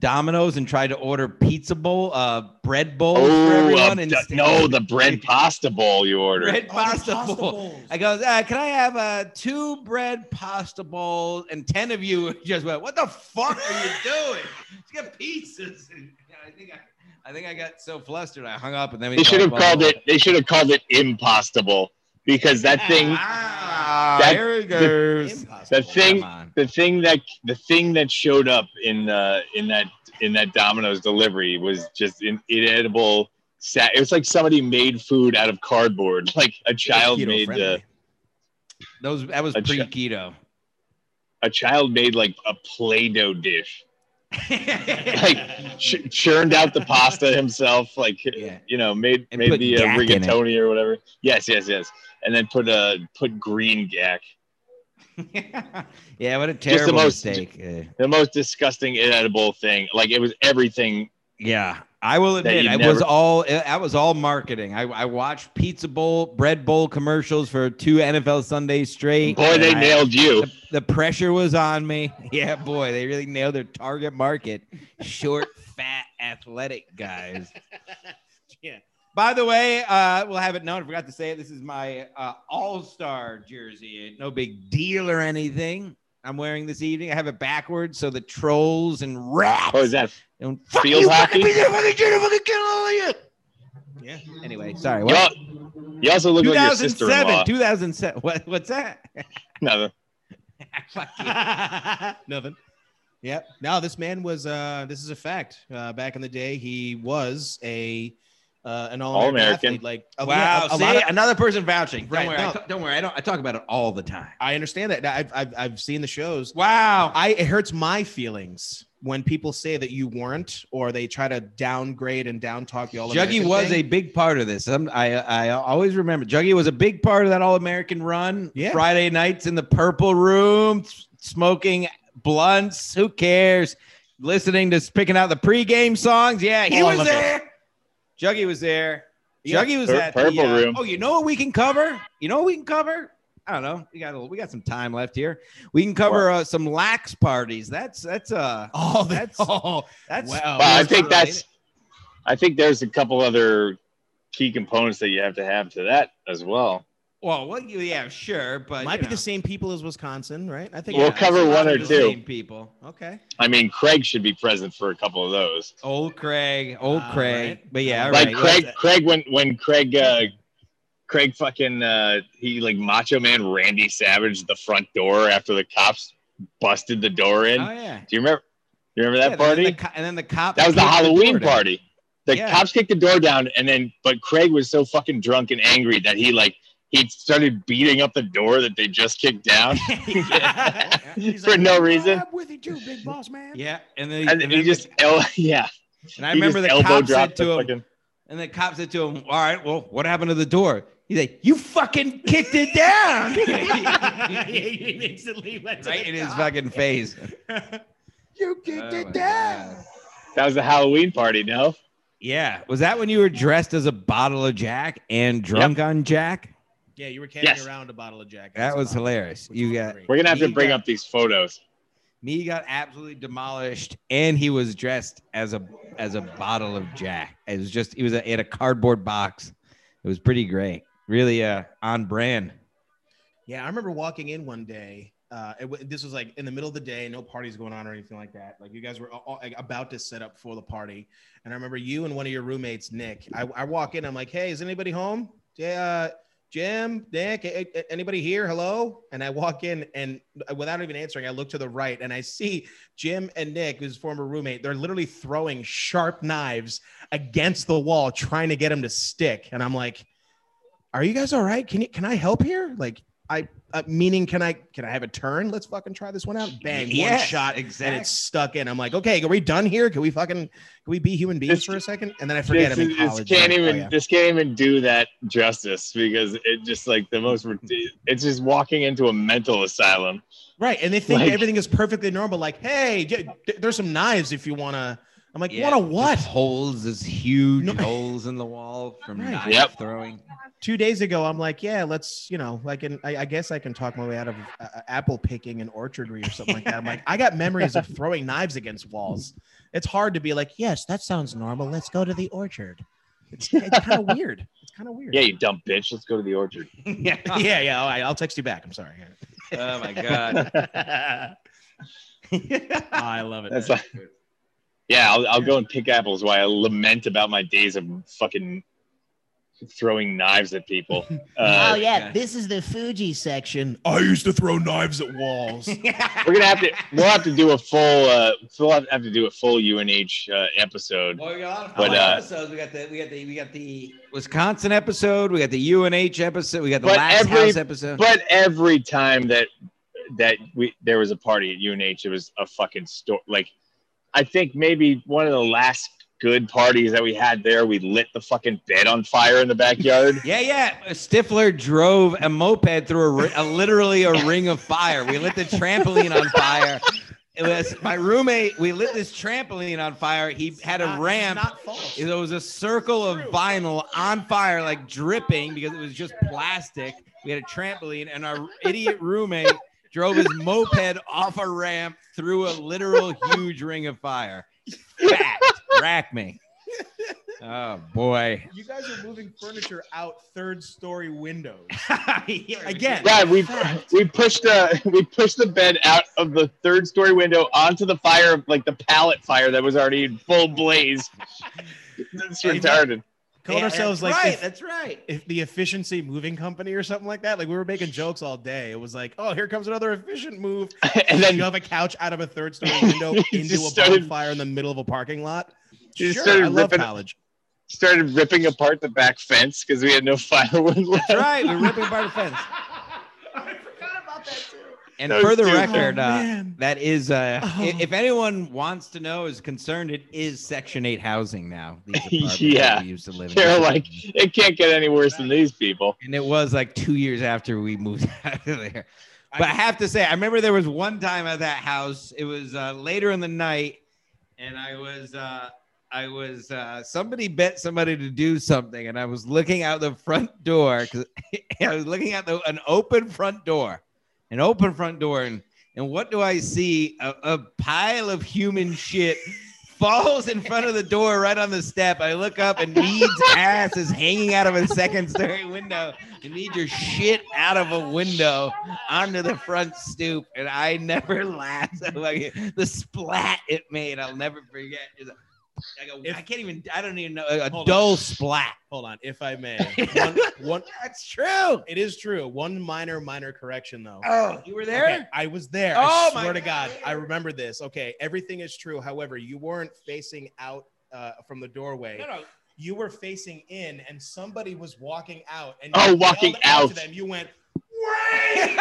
Speaker 2: Domino's and tried to order pizza bowl, uh, bread bowl for
Speaker 5: Oh, uh,
Speaker 2: everyone.
Speaker 5: d-
Speaker 2: and
Speaker 5: no, the bread pasta bowl you ordered.
Speaker 2: bread Oh, pasta bowl. I goes, uh, can I have uh, two bread pasta bowls? And ten of you just went, what the fuck are you doing? Let's get pizzas. And I think I, I think I got so flustered I hung up, and then we
Speaker 5: They should have
Speaker 2: Buffalo.
Speaker 5: called it. They should have called it impossible. because that thing
Speaker 2: Ah,
Speaker 5: that-
Speaker 2: there it goes.
Speaker 3: Impossible.
Speaker 5: the thing-
Speaker 2: Come on.
Speaker 5: the thing that the thing that showed up in the in that in that Domino's delivery was just an inedible. Sa- it was like somebody made food out of cardboard, like a child
Speaker 2: Keto
Speaker 5: made uh,
Speaker 2: friendly. Those that was
Speaker 5: a chi-
Speaker 2: pre keto.
Speaker 5: a child made like a play-doh dish. Like ch- churned out the pasta himself, like
Speaker 2: Yeah.
Speaker 5: you know, made
Speaker 2: And
Speaker 5: made
Speaker 2: put
Speaker 5: the uh,
Speaker 2: gack in it.
Speaker 5: rigatoni or whatever. Yes, yes, yes, and then put uh put green gack.
Speaker 2: yeah, what a terrible
Speaker 5: most-
Speaker 2: mistake. Uh,
Speaker 5: the most disgusting inedible thing. Like it was everything.
Speaker 2: Yeah, I will
Speaker 5: That
Speaker 2: admit,
Speaker 5: you
Speaker 2: I was
Speaker 5: never-
Speaker 2: all I was all marketing. I, I watched Pizza Bowl, Bread Bowl commercials for two NFL Sundays straight.
Speaker 5: Boy, they
Speaker 2: I-
Speaker 5: nailed you.
Speaker 2: The, the pressure was on me. Yeah, boy, they really nailed their target market: short, fat, athletic guys.
Speaker 3: Yeah.
Speaker 2: By the way, uh, we'll have it known. I forgot to say it. This is my uh, all-star jersey. No big deal or anything. I'm wearing this evening. I have it backwards, so the trolls and rats.
Speaker 5: What was Oh, that?
Speaker 2: Don't
Speaker 5: Field hockey?
Speaker 3: Yeah.
Speaker 2: Anyway, sorry.
Speaker 5: You,
Speaker 2: What?
Speaker 5: al- you also look like your
Speaker 2: 2007.
Speaker 5: sister-in-law.
Speaker 2: 2007. What, what's that?
Speaker 5: No,
Speaker 2: Fuck
Speaker 3: Nothing. Yep. No, this man was. Uh, this is a fact. Uh, back in the day, he was a uh, an all
Speaker 5: All-American.
Speaker 3: American athlete. Like a-
Speaker 2: Wow.
Speaker 3: a- a
Speaker 2: see,
Speaker 3: lot of-
Speaker 2: another person vouching. Don't
Speaker 3: Right,
Speaker 2: worry. I
Speaker 3: no.
Speaker 2: ta- don't worry. I don't. I talk about it all the time.
Speaker 3: I understand that. I've, I've I've seen the shows.
Speaker 2: Wow.
Speaker 3: I it hurts my feelings when people say that you weren't, or they try to downgrade and down talk the all.
Speaker 2: Juggy was a big part of this. Um, i I always remember Juggy was a big part of that All American run.
Speaker 3: Yeah.
Speaker 2: Friday nights in the Purple Room, s- smoking blunts. Who cares? Listening to s- picking out the pregame songs. Yeah, he
Speaker 3: All
Speaker 2: was
Speaker 3: of it.
Speaker 2: there. Juggy was there.
Speaker 3: Yeah.
Speaker 2: Juggy was
Speaker 5: Pur-
Speaker 2: at the,
Speaker 5: Purple
Speaker 2: uh,
Speaker 5: Room.
Speaker 2: Oh, you know what we can cover? You know what we can cover? I don't know. We got a, we got some time left here. We can cover uh, some lax parties. That's that's uh
Speaker 3: Oh,
Speaker 2: that's-
Speaker 3: that's oh,
Speaker 2: that's
Speaker 3: wow.
Speaker 5: but I
Speaker 2: it's
Speaker 5: think
Speaker 2: not related.
Speaker 5: that's. I think there's a couple other key components that you have to have to that as well.
Speaker 2: well, well yeah sure, but
Speaker 3: might
Speaker 2: you
Speaker 3: be
Speaker 2: know.
Speaker 3: the same people as Wisconsin, right? I think
Speaker 5: We'll
Speaker 3: it is.
Speaker 5: cover
Speaker 2: it's a lot
Speaker 5: one or
Speaker 2: of the
Speaker 5: two.
Speaker 2: same people.
Speaker 3: Okay.
Speaker 5: I mean, Craig should be present for a couple of those.
Speaker 2: Old Craig, old
Speaker 3: All
Speaker 2: Craig.
Speaker 3: right.
Speaker 2: But yeah, all
Speaker 5: like
Speaker 2: right.
Speaker 5: Craig, Craig when when Craig uh, Craig fucking uh, he like Macho Man Randy Savage the front door after the cops busted the door in.
Speaker 2: Oh yeah.
Speaker 5: Do you remember? You remember that
Speaker 2: Yeah, And
Speaker 5: party?
Speaker 2: then the, co- and then the cop.
Speaker 5: That was the
Speaker 2: kicked
Speaker 5: Halloween
Speaker 2: door down.
Speaker 5: party. The
Speaker 2: Yeah.
Speaker 5: cops kicked the door down, and then but Craig was so fucking drunk and angry that he like he started beating up the door that they just kicked down for no reason,
Speaker 3: with you too, big boss man.
Speaker 2: Yeah, and then,
Speaker 5: and
Speaker 2: and
Speaker 5: he
Speaker 2: then
Speaker 5: just el- yeah.
Speaker 2: the, and I
Speaker 5: he
Speaker 2: remember
Speaker 5: just
Speaker 2: the
Speaker 5: elbow
Speaker 2: cop
Speaker 5: dropped
Speaker 2: said
Speaker 5: the
Speaker 2: to him,
Speaker 5: fucking-
Speaker 2: and the cop said to him, "All right, well, what happened to the door?" He's like, "You fucking kicked it down!"
Speaker 3: instantly went
Speaker 2: right in his fucking face.
Speaker 4: You kicked
Speaker 2: Oh my
Speaker 4: it down.
Speaker 2: God.
Speaker 5: That was the Halloween party. No,
Speaker 2: Yeah, was that when you were dressed as a bottle of Jack and drunk on Jack?
Speaker 3: Yeah, you were carrying
Speaker 5: Yes.
Speaker 3: around a bottle of Jack.
Speaker 2: That was
Speaker 3: Which
Speaker 2: hilarious. You
Speaker 3: was
Speaker 2: got
Speaker 3: great.
Speaker 5: we're gonna have to
Speaker 2: He
Speaker 5: bring
Speaker 2: got-
Speaker 5: up these photos.
Speaker 2: me got absolutely demolished and he was dressed as a as a bottle of jack it was just he was a, he had a cardboard box it was pretty great really uh on brand
Speaker 3: Yeah, I remember walking in one day. Uh, it, wa- this was like in the middle of the day, no parties going on or anything like that. Like you guys were all, all- like, about to set up for the party, and I remember you and one of your roommates, Nick. I, I walk in, I'm like, "Hey, is anybody home? Yeah, uh, Jim, Nick, a- a- anybody here? Hello?" And I walk in, and without even answering, I look to the right, and I see Jim and Nick, his former roommate. They're literally throwing sharp knives against the wall, trying to get him to stick. And I'm like, "Are you guys all right? Can you can I help here? Like." uh, meaning can I can I have a turn? Let's fucking try this one out. Bang, one
Speaker 2: Yes,
Speaker 3: shot,
Speaker 2: exactly.
Speaker 3: and it's stuck in. I'm like, okay, are we done here? Can we fucking can we be human beings
Speaker 5: This-
Speaker 3: for a second? And then I forget
Speaker 5: This,
Speaker 3: I'm in
Speaker 5: is- this
Speaker 3: college.
Speaker 5: can't
Speaker 3: Oh,
Speaker 5: even
Speaker 3: yeah.
Speaker 5: this can't even do that justice because it just like the most. rid- It's just walking into a mental asylum.
Speaker 3: Right, and they think
Speaker 5: Like-
Speaker 3: everything is perfectly normal. Like, hey, j- d- there's some knives if you wanna. I'm like,
Speaker 2: Yeah,
Speaker 3: wanna
Speaker 2: just
Speaker 3: what?
Speaker 2: holes is huge
Speaker 3: No.
Speaker 2: holes in the wall from
Speaker 3: Right.
Speaker 2: knife
Speaker 5: Yep.
Speaker 2: throwing
Speaker 3: Two days ago, I'm like, yeah, let's, you know, like, and I, I guess I can talk my way out of uh, uh, apple picking and orchardry or something like that. I'm like, I got memories of throwing knives against walls. It's hard to be like, yes, that sounds normal. Let's go to the orchard. It's, it's kind of weird. It's kind of weird.
Speaker 5: Yeah, you dumb bitch. Let's go to the orchard.
Speaker 2: yeah
Speaker 3: yeah, yeah. All right, I'll text you back. I'm sorry.
Speaker 2: oh my god
Speaker 3: Oh, I love it.
Speaker 5: That's like, yeah, I'll, I'll go and pick apples while I lament about my days of fucking throwing knives at people.
Speaker 6: oh
Speaker 5: Uh,
Speaker 6: yeah,
Speaker 2: okay.
Speaker 6: this is the Fuji section.
Speaker 3: I used to throw knives at walls.
Speaker 2: Oh,
Speaker 5: we're gonna have to. We'll have to do a full. Uh, we'll have have to do a full UNH uh, episode.
Speaker 2: Well, we got a lot of
Speaker 5: But,
Speaker 2: fun
Speaker 5: uh,
Speaker 2: episodes. We got the we got the we got the Wisconsin episode. We got the UNH episode. We got the
Speaker 5: But
Speaker 2: last
Speaker 5: every-
Speaker 2: house episode.
Speaker 5: But every time that that we there was a party at UNH, it was a fucking store. Like, I think maybe one of the last good parties that we had there, we lit the fucking bed on fire in the backyard.
Speaker 2: yeah, yeah. Stifler drove a moped through a, ri- a literally a ring of fire. We lit the trampoline on fire. It was my roommate. We lit this trampoline on fire. He had a
Speaker 3: Not-
Speaker 2: ramp.
Speaker 3: Not false.
Speaker 2: There was a circle of vinyl on fire, like dripping because it was just plastic. We had a trampoline, and our idiot roommate drove his moped off a ramp through a literal huge ring of fire. Fact. Rack me. Oh, boy.
Speaker 3: You guys are moving furniture out third story windows.
Speaker 2: Again.
Speaker 5: Yeah, we we pushed the we pushed the bed out of the third story window onto the fire, like the pallet fire that was already in full blaze. It's retarded.
Speaker 3: Called ourselves like
Speaker 2: right.
Speaker 3: the-
Speaker 2: That's right.
Speaker 3: if the efficiency moving company or something like that. Like we were making jokes all day. It was like, oh, here comes another efficient move.
Speaker 5: And
Speaker 3: you
Speaker 5: then
Speaker 3: have a couch out of a third story window into a
Speaker 5: Just started-
Speaker 3: bonfire in the middle of a parking lot.
Speaker 5: Just
Speaker 3: Sure,
Speaker 5: started
Speaker 3: I love
Speaker 5: ripping-
Speaker 3: college.
Speaker 5: started ripping apart the back fence because we had no firewood left.
Speaker 2: That's right. We're ripping apart the fence. And
Speaker 5: Those
Speaker 2: for the
Speaker 5: two-
Speaker 2: record,
Speaker 3: Oh,
Speaker 2: uh,
Speaker 3: man.
Speaker 2: that is, uh, i-
Speaker 3: Oh.
Speaker 2: if anyone wants to know, is concerned, it is Section 8 housing now. these apartments that
Speaker 5: Yeah.
Speaker 2: We used to live in.
Speaker 5: They're like, it can't get any worse than these people.
Speaker 2: and it was like two years after we moved out of there. But I,
Speaker 3: I-
Speaker 2: have to say, I remember there was one time at that house. It was uh, later in the night, and I was uh, I was uh, somebody bet somebody to do something, and I was looking out the front door 'cause I was looking out the, an open front door, an open front door, and and what do I see? A, a pile of human shit. Falls in front of the door right on the step. I look up and Mead's ass is hanging out of a second story window. You need your shit out of a window onto the front stoop, and I never laughed. I'm Like the splat it made, I'll never forget. It's like a-
Speaker 3: If-
Speaker 2: I can't even. I don't even know a
Speaker 3: Hold
Speaker 2: dull splat.
Speaker 3: Hold on, if I may. One, one,
Speaker 2: That's true.
Speaker 3: it is true. One minor, minor correction though.
Speaker 2: Oh, you were there.
Speaker 3: Okay, I was there.
Speaker 2: Oh,
Speaker 3: I
Speaker 2: my
Speaker 3: swear to God,
Speaker 2: God.
Speaker 3: I remember this. Okay, everything is true. However, you weren't facing out uh, from the doorway.
Speaker 2: No, no.
Speaker 3: You were facing in, and somebody was walking out. And
Speaker 5: Oh,
Speaker 3: you
Speaker 5: walking
Speaker 3: yelled out to
Speaker 5: out.
Speaker 3: them. You went. Wait!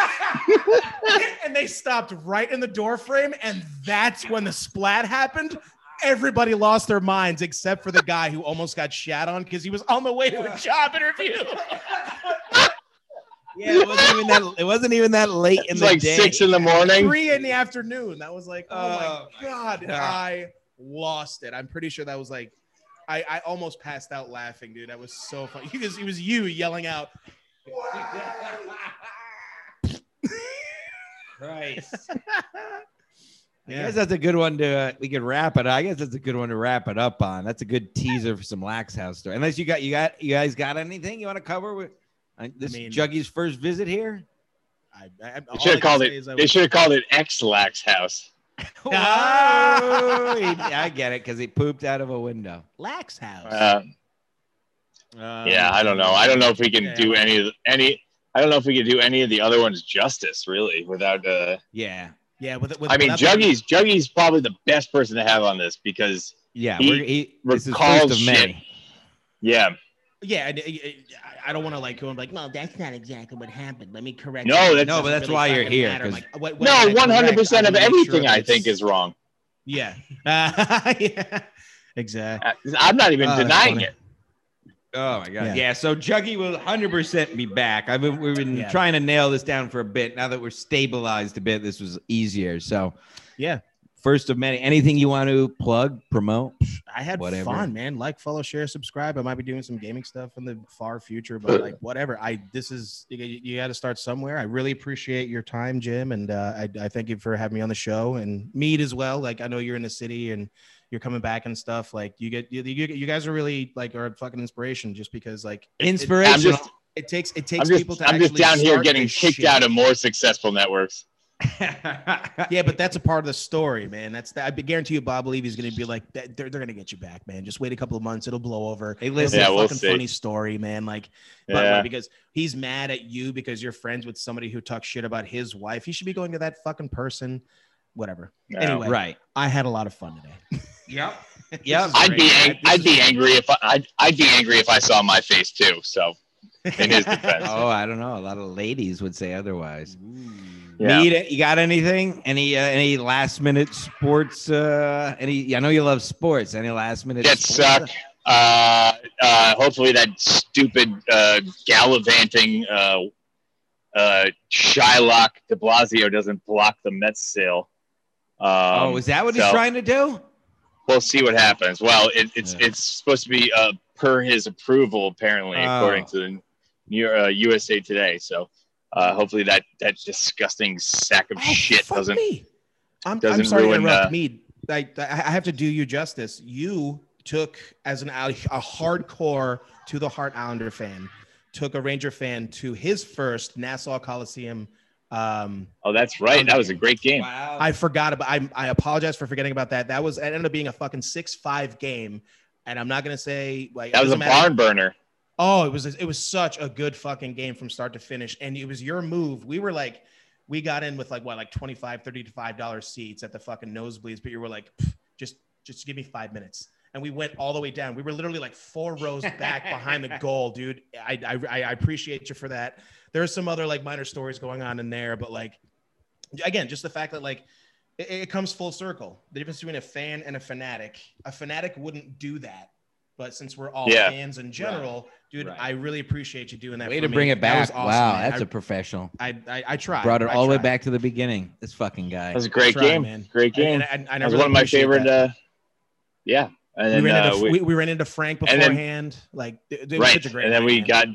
Speaker 3: and they stopped right in the door frame, and that's when the splat happened. Everybody lost their minds except for the guy who almost got shat on because he was on the way to a job interview.
Speaker 2: Yeah, it wasn't even that. It wasn't even that late in
Speaker 5: It's
Speaker 2: the
Speaker 5: like
Speaker 2: day.
Speaker 5: six in the morning.
Speaker 3: three in the afternoon. That was like, oh,
Speaker 2: Oh,
Speaker 3: my god,
Speaker 2: God.
Speaker 3: I lost it. I'm pretty sure that was like, I, I almost passed out laughing, dude. That was so funny. Because it was you yelling out.
Speaker 2: Christ. I
Speaker 3: Yeah.
Speaker 2: guess that's a good one to. Uh, we could wrap it. I guess that's a good one to wrap it up on. That's a good teaser for some Lax House story. Unless you got you got you guys got anything you want to cover with uh, this
Speaker 3: mean-
Speaker 2: Juggy's first visit here.
Speaker 3: I, I,
Speaker 5: They should have called it. They should have called it X Lax House.
Speaker 2: Whoa! Oh, He- I get it because he pooped out of a window.
Speaker 6: Lax house.
Speaker 5: Uh,
Speaker 3: uh,
Speaker 5: yeah, I don't know. I don't know if we can
Speaker 3: Yeah.
Speaker 5: do any of the- any. I don't know if we can do any of the other ones justice, really, without. Uh,
Speaker 2: Yeah,
Speaker 3: yeah, with, with
Speaker 5: I mean,
Speaker 3: without-
Speaker 5: Juggy's Juggy's probably the best person to have on this because,
Speaker 2: yeah.
Speaker 5: He
Speaker 2: we're, he, this is
Speaker 5: recalls
Speaker 2: first of
Speaker 5: shit.
Speaker 2: May.
Speaker 5: yeah,
Speaker 3: Yeah, and, uh, uh, I don't want to like go and like.
Speaker 6: Well, that's not exactly what happened. Let me correct.
Speaker 5: No,
Speaker 6: you.
Speaker 5: that's-
Speaker 2: No, but that's
Speaker 3: Really
Speaker 2: why you're
Speaker 3: fucking
Speaker 2: here,
Speaker 3: matter.
Speaker 2: 'cause-
Speaker 3: Like, what- what did I
Speaker 5: no,
Speaker 3: correct?
Speaker 5: one hundred percent
Speaker 3: I
Speaker 5: of
Speaker 3: wanna make sure
Speaker 5: everything
Speaker 3: that
Speaker 5: I
Speaker 3: it's-
Speaker 5: think is wrong.
Speaker 3: Yeah. Uh, yeah. Exactly.
Speaker 5: I- I'm not even
Speaker 3: Uh,
Speaker 2: Oh, that's
Speaker 5: denying
Speaker 2: funny.
Speaker 5: it.
Speaker 2: Oh my god. Yeah.
Speaker 3: Yeah.
Speaker 2: so Juggy will 100% be back. I've been we've been
Speaker 3: Yeah.
Speaker 2: trying to nail this down for a bit. Now that we're stabilized a bit, this was easier. So,
Speaker 3: Yeah.
Speaker 2: First of many. Anything you want to plug, promote?
Speaker 3: I had
Speaker 2: Whatever.
Speaker 3: fun, man. Like, follow, share, subscribe. I might be doing some gaming stuff in the far future, but like, whatever. I this is you, you got to start somewhere. I really appreciate your time, Jim, and uh, I, I thank you for having me on the show and Mead as well. Like, I know you're in the city and you're coming back and stuff. Like, you get you, you, you guys are really like are a fucking inspiration just because like
Speaker 2: Inspirational.
Speaker 5: I'm just,
Speaker 3: it takes it
Speaker 5: I'm
Speaker 3: takes
Speaker 5: just,
Speaker 3: people to
Speaker 5: I'm just
Speaker 3: actually
Speaker 5: down here
Speaker 3: start
Speaker 5: getting
Speaker 3: this
Speaker 5: kicked
Speaker 3: shit.
Speaker 5: out of more successful networks.
Speaker 3: Yeah, but that's a part of the story, man. That's the, I guarantee you, Bob Levy's going to be like, "That- they're, they're going to get you back, man. Just wait a couple of months. It'll blow over.
Speaker 2: Hey,
Speaker 3: It's
Speaker 2: listen,
Speaker 3: a
Speaker 5: Yeah, we'll
Speaker 3: fucking
Speaker 5: see.
Speaker 3: funny story, man. Like, but,
Speaker 5: Yeah.
Speaker 3: like, because he's mad at you because you're friends with somebody who talks shit about his wife. He should be going to that fucking person. Whatever.
Speaker 5: No.
Speaker 3: Anyway,
Speaker 2: right.
Speaker 3: I had a lot of fun today.
Speaker 2: Yep. Yep.
Speaker 5: I'd be ang- I'd be angry if I, I'd, I'd be angry if I saw my face too. So in his defense,
Speaker 2: Oh, I don't know. A lot of ladies would say otherwise.
Speaker 5: yeah.
Speaker 2: Need it? You got anything? Any uh, any last minute sports? Uh, any? I know you love sports. Any last minute?
Speaker 5: Jets suck.
Speaker 2: sports?
Speaker 5: Uh, uh, hopefully that stupid uh, gallivanting uh, uh, Shylock De Blasio doesn't block the Mets sale. Um,
Speaker 2: oh, is that what he's
Speaker 5: so-
Speaker 2: trying to do?
Speaker 5: we'll see what happens. Well, it, it's
Speaker 2: Yeah.
Speaker 5: it's supposed to be uh, per his approval, apparently,
Speaker 2: Oh.
Speaker 5: according to the New, uh, USA Today. So uh, hopefully that that disgusting sack of
Speaker 3: Oh,
Speaker 5: shit
Speaker 3: fuck
Speaker 5: doesn't.
Speaker 3: me. I'm, I'm
Speaker 5: doesn't
Speaker 3: sorry
Speaker 5: ruin,
Speaker 3: to interrupt
Speaker 5: uh,
Speaker 3: me. I, I I have to do you justice. You took as an out- a hardcore to the heart Islander fan, took a Ranger fan to his first Nassau Coliseum. Um,
Speaker 5: Oh, that's right. That was a great game.
Speaker 2: Wow.
Speaker 3: I forgot about. I I apologize for forgetting about that. That was it ended up being a fucking six five game, and I'm not gonna say like
Speaker 5: That
Speaker 3: it
Speaker 5: was a
Speaker 3: doesn't matter-
Speaker 5: barn burner.
Speaker 3: Oh, it was it was such a good fucking game from start to finish, and it was your move. We were like, we got in with like what like 25 30 to five dollar seats at the fucking nosebleeds, but you were like, "Pff, just just give me five minutes, and we went all the way down. We were literally like four rows back behind the goal, dude. I I, I- I appreciate you for that. There's some other like minor stories going on in there, but like again, just the fact that like. It, it comes full circle. The difference between a fan and a fanatic. A fanatic wouldn't do that, but since we're all
Speaker 5: Yeah.
Speaker 3: fans in general, dude,
Speaker 2: Right.
Speaker 3: I really appreciate you doing that.
Speaker 2: Way
Speaker 3: for
Speaker 2: to
Speaker 3: me.
Speaker 2: bring it
Speaker 3: That
Speaker 2: back.
Speaker 3: was awesome,
Speaker 2: wow,
Speaker 3: man.
Speaker 2: that's a professional.
Speaker 3: I I- I tried.
Speaker 2: Brought it
Speaker 3: I
Speaker 2: all the way
Speaker 3: tried.
Speaker 2: back to the beginning. This fucking guy.
Speaker 5: That was a great
Speaker 3: tried,
Speaker 5: game.
Speaker 3: man.
Speaker 5: Great game.
Speaker 3: And, and, and
Speaker 5: that
Speaker 3: I
Speaker 5: was
Speaker 3: really
Speaker 5: one of my
Speaker 3: appreciate
Speaker 5: favorite.
Speaker 3: that.
Speaker 5: Uh, yeah, and then
Speaker 3: we, ran
Speaker 5: uh,
Speaker 3: into,
Speaker 5: we,
Speaker 3: we, we ran into Frank
Speaker 5: and then-
Speaker 3: beforehand. like, it, it was
Speaker 5: right,
Speaker 3: such a great
Speaker 5: and then
Speaker 3: night,
Speaker 5: we
Speaker 3: man.
Speaker 5: got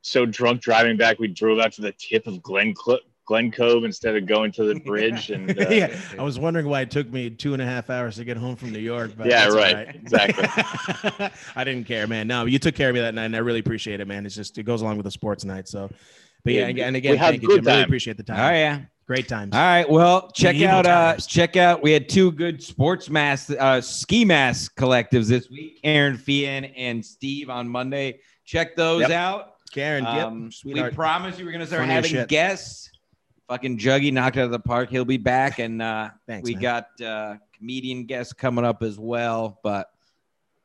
Speaker 5: so drunk driving back, we drove out to the tip of Glen Cl- Glen Cove instead of going to the bridge. And uh,
Speaker 3: yeah, I was wondering why it took me two and a half hours to get home from New York. But
Speaker 5: Yeah,
Speaker 3: that's all
Speaker 5: right. Exactly.
Speaker 3: I didn't care, man. No, you took care of me that night, and I really appreciate it, man. It's just it goes along with the sports night. So, but yeah,
Speaker 5: Yeah,
Speaker 3: and,
Speaker 5: we-
Speaker 3: and again,
Speaker 5: we had
Speaker 3: thank you,
Speaker 5: good
Speaker 3: Jim. I Really
Speaker 5: time.
Speaker 3: appreciate the
Speaker 2: All
Speaker 3: time.
Speaker 2: right. Yeah.
Speaker 3: great times.
Speaker 2: All right. Well, check
Speaker 3: Medieval
Speaker 2: out. Uh,
Speaker 3: times.
Speaker 2: check out. We had two good sports mass, uh, ski mask collectives this week. Aaron Fian and Steve on Monday. Check those
Speaker 5: Yep.
Speaker 2: out.
Speaker 3: Karen,
Speaker 2: Um,
Speaker 3: yep,
Speaker 2: we
Speaker 3: sweetheart.
Speaker 2: promised you we're gonna start
Speaker 3: Funny as
Speaker 2: having
Speaker 3: shit.
Speaker 2: guests. Fucking Juggy knocked it out of the park. He'll be back, and uh,
Speaker 3: Thanks,
Speaker 2: we
Speaker 3: man.
Speaker 2: got uh, comedian guests coming up as well. But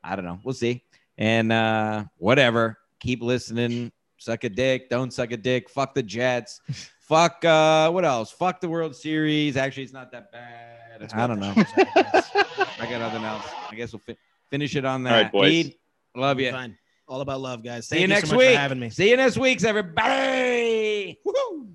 Speaker 2: I don't know. We'll see. And uh, whatever. Keep listening. Suck a dick. Don't suck a dick. Fuck the Jets. Fuck. Uh, what else? Fuck the World Series. Actually, it's not that bad. I don't know. I got nothing else. I guess we'll fi- finish it on that.
Speaker 5: right, boys.
Speaker 2: Mead, love you.
Speaker 3: Fun. All about love, guys.
Speaker 2: See
Speaker 3: Thank
Speaker 2: you next
Speaker 3: so much
Speaker 2: week.
Speaker 3: for having me.
Speaker 2: See you next week, everybody. Woo-hoo.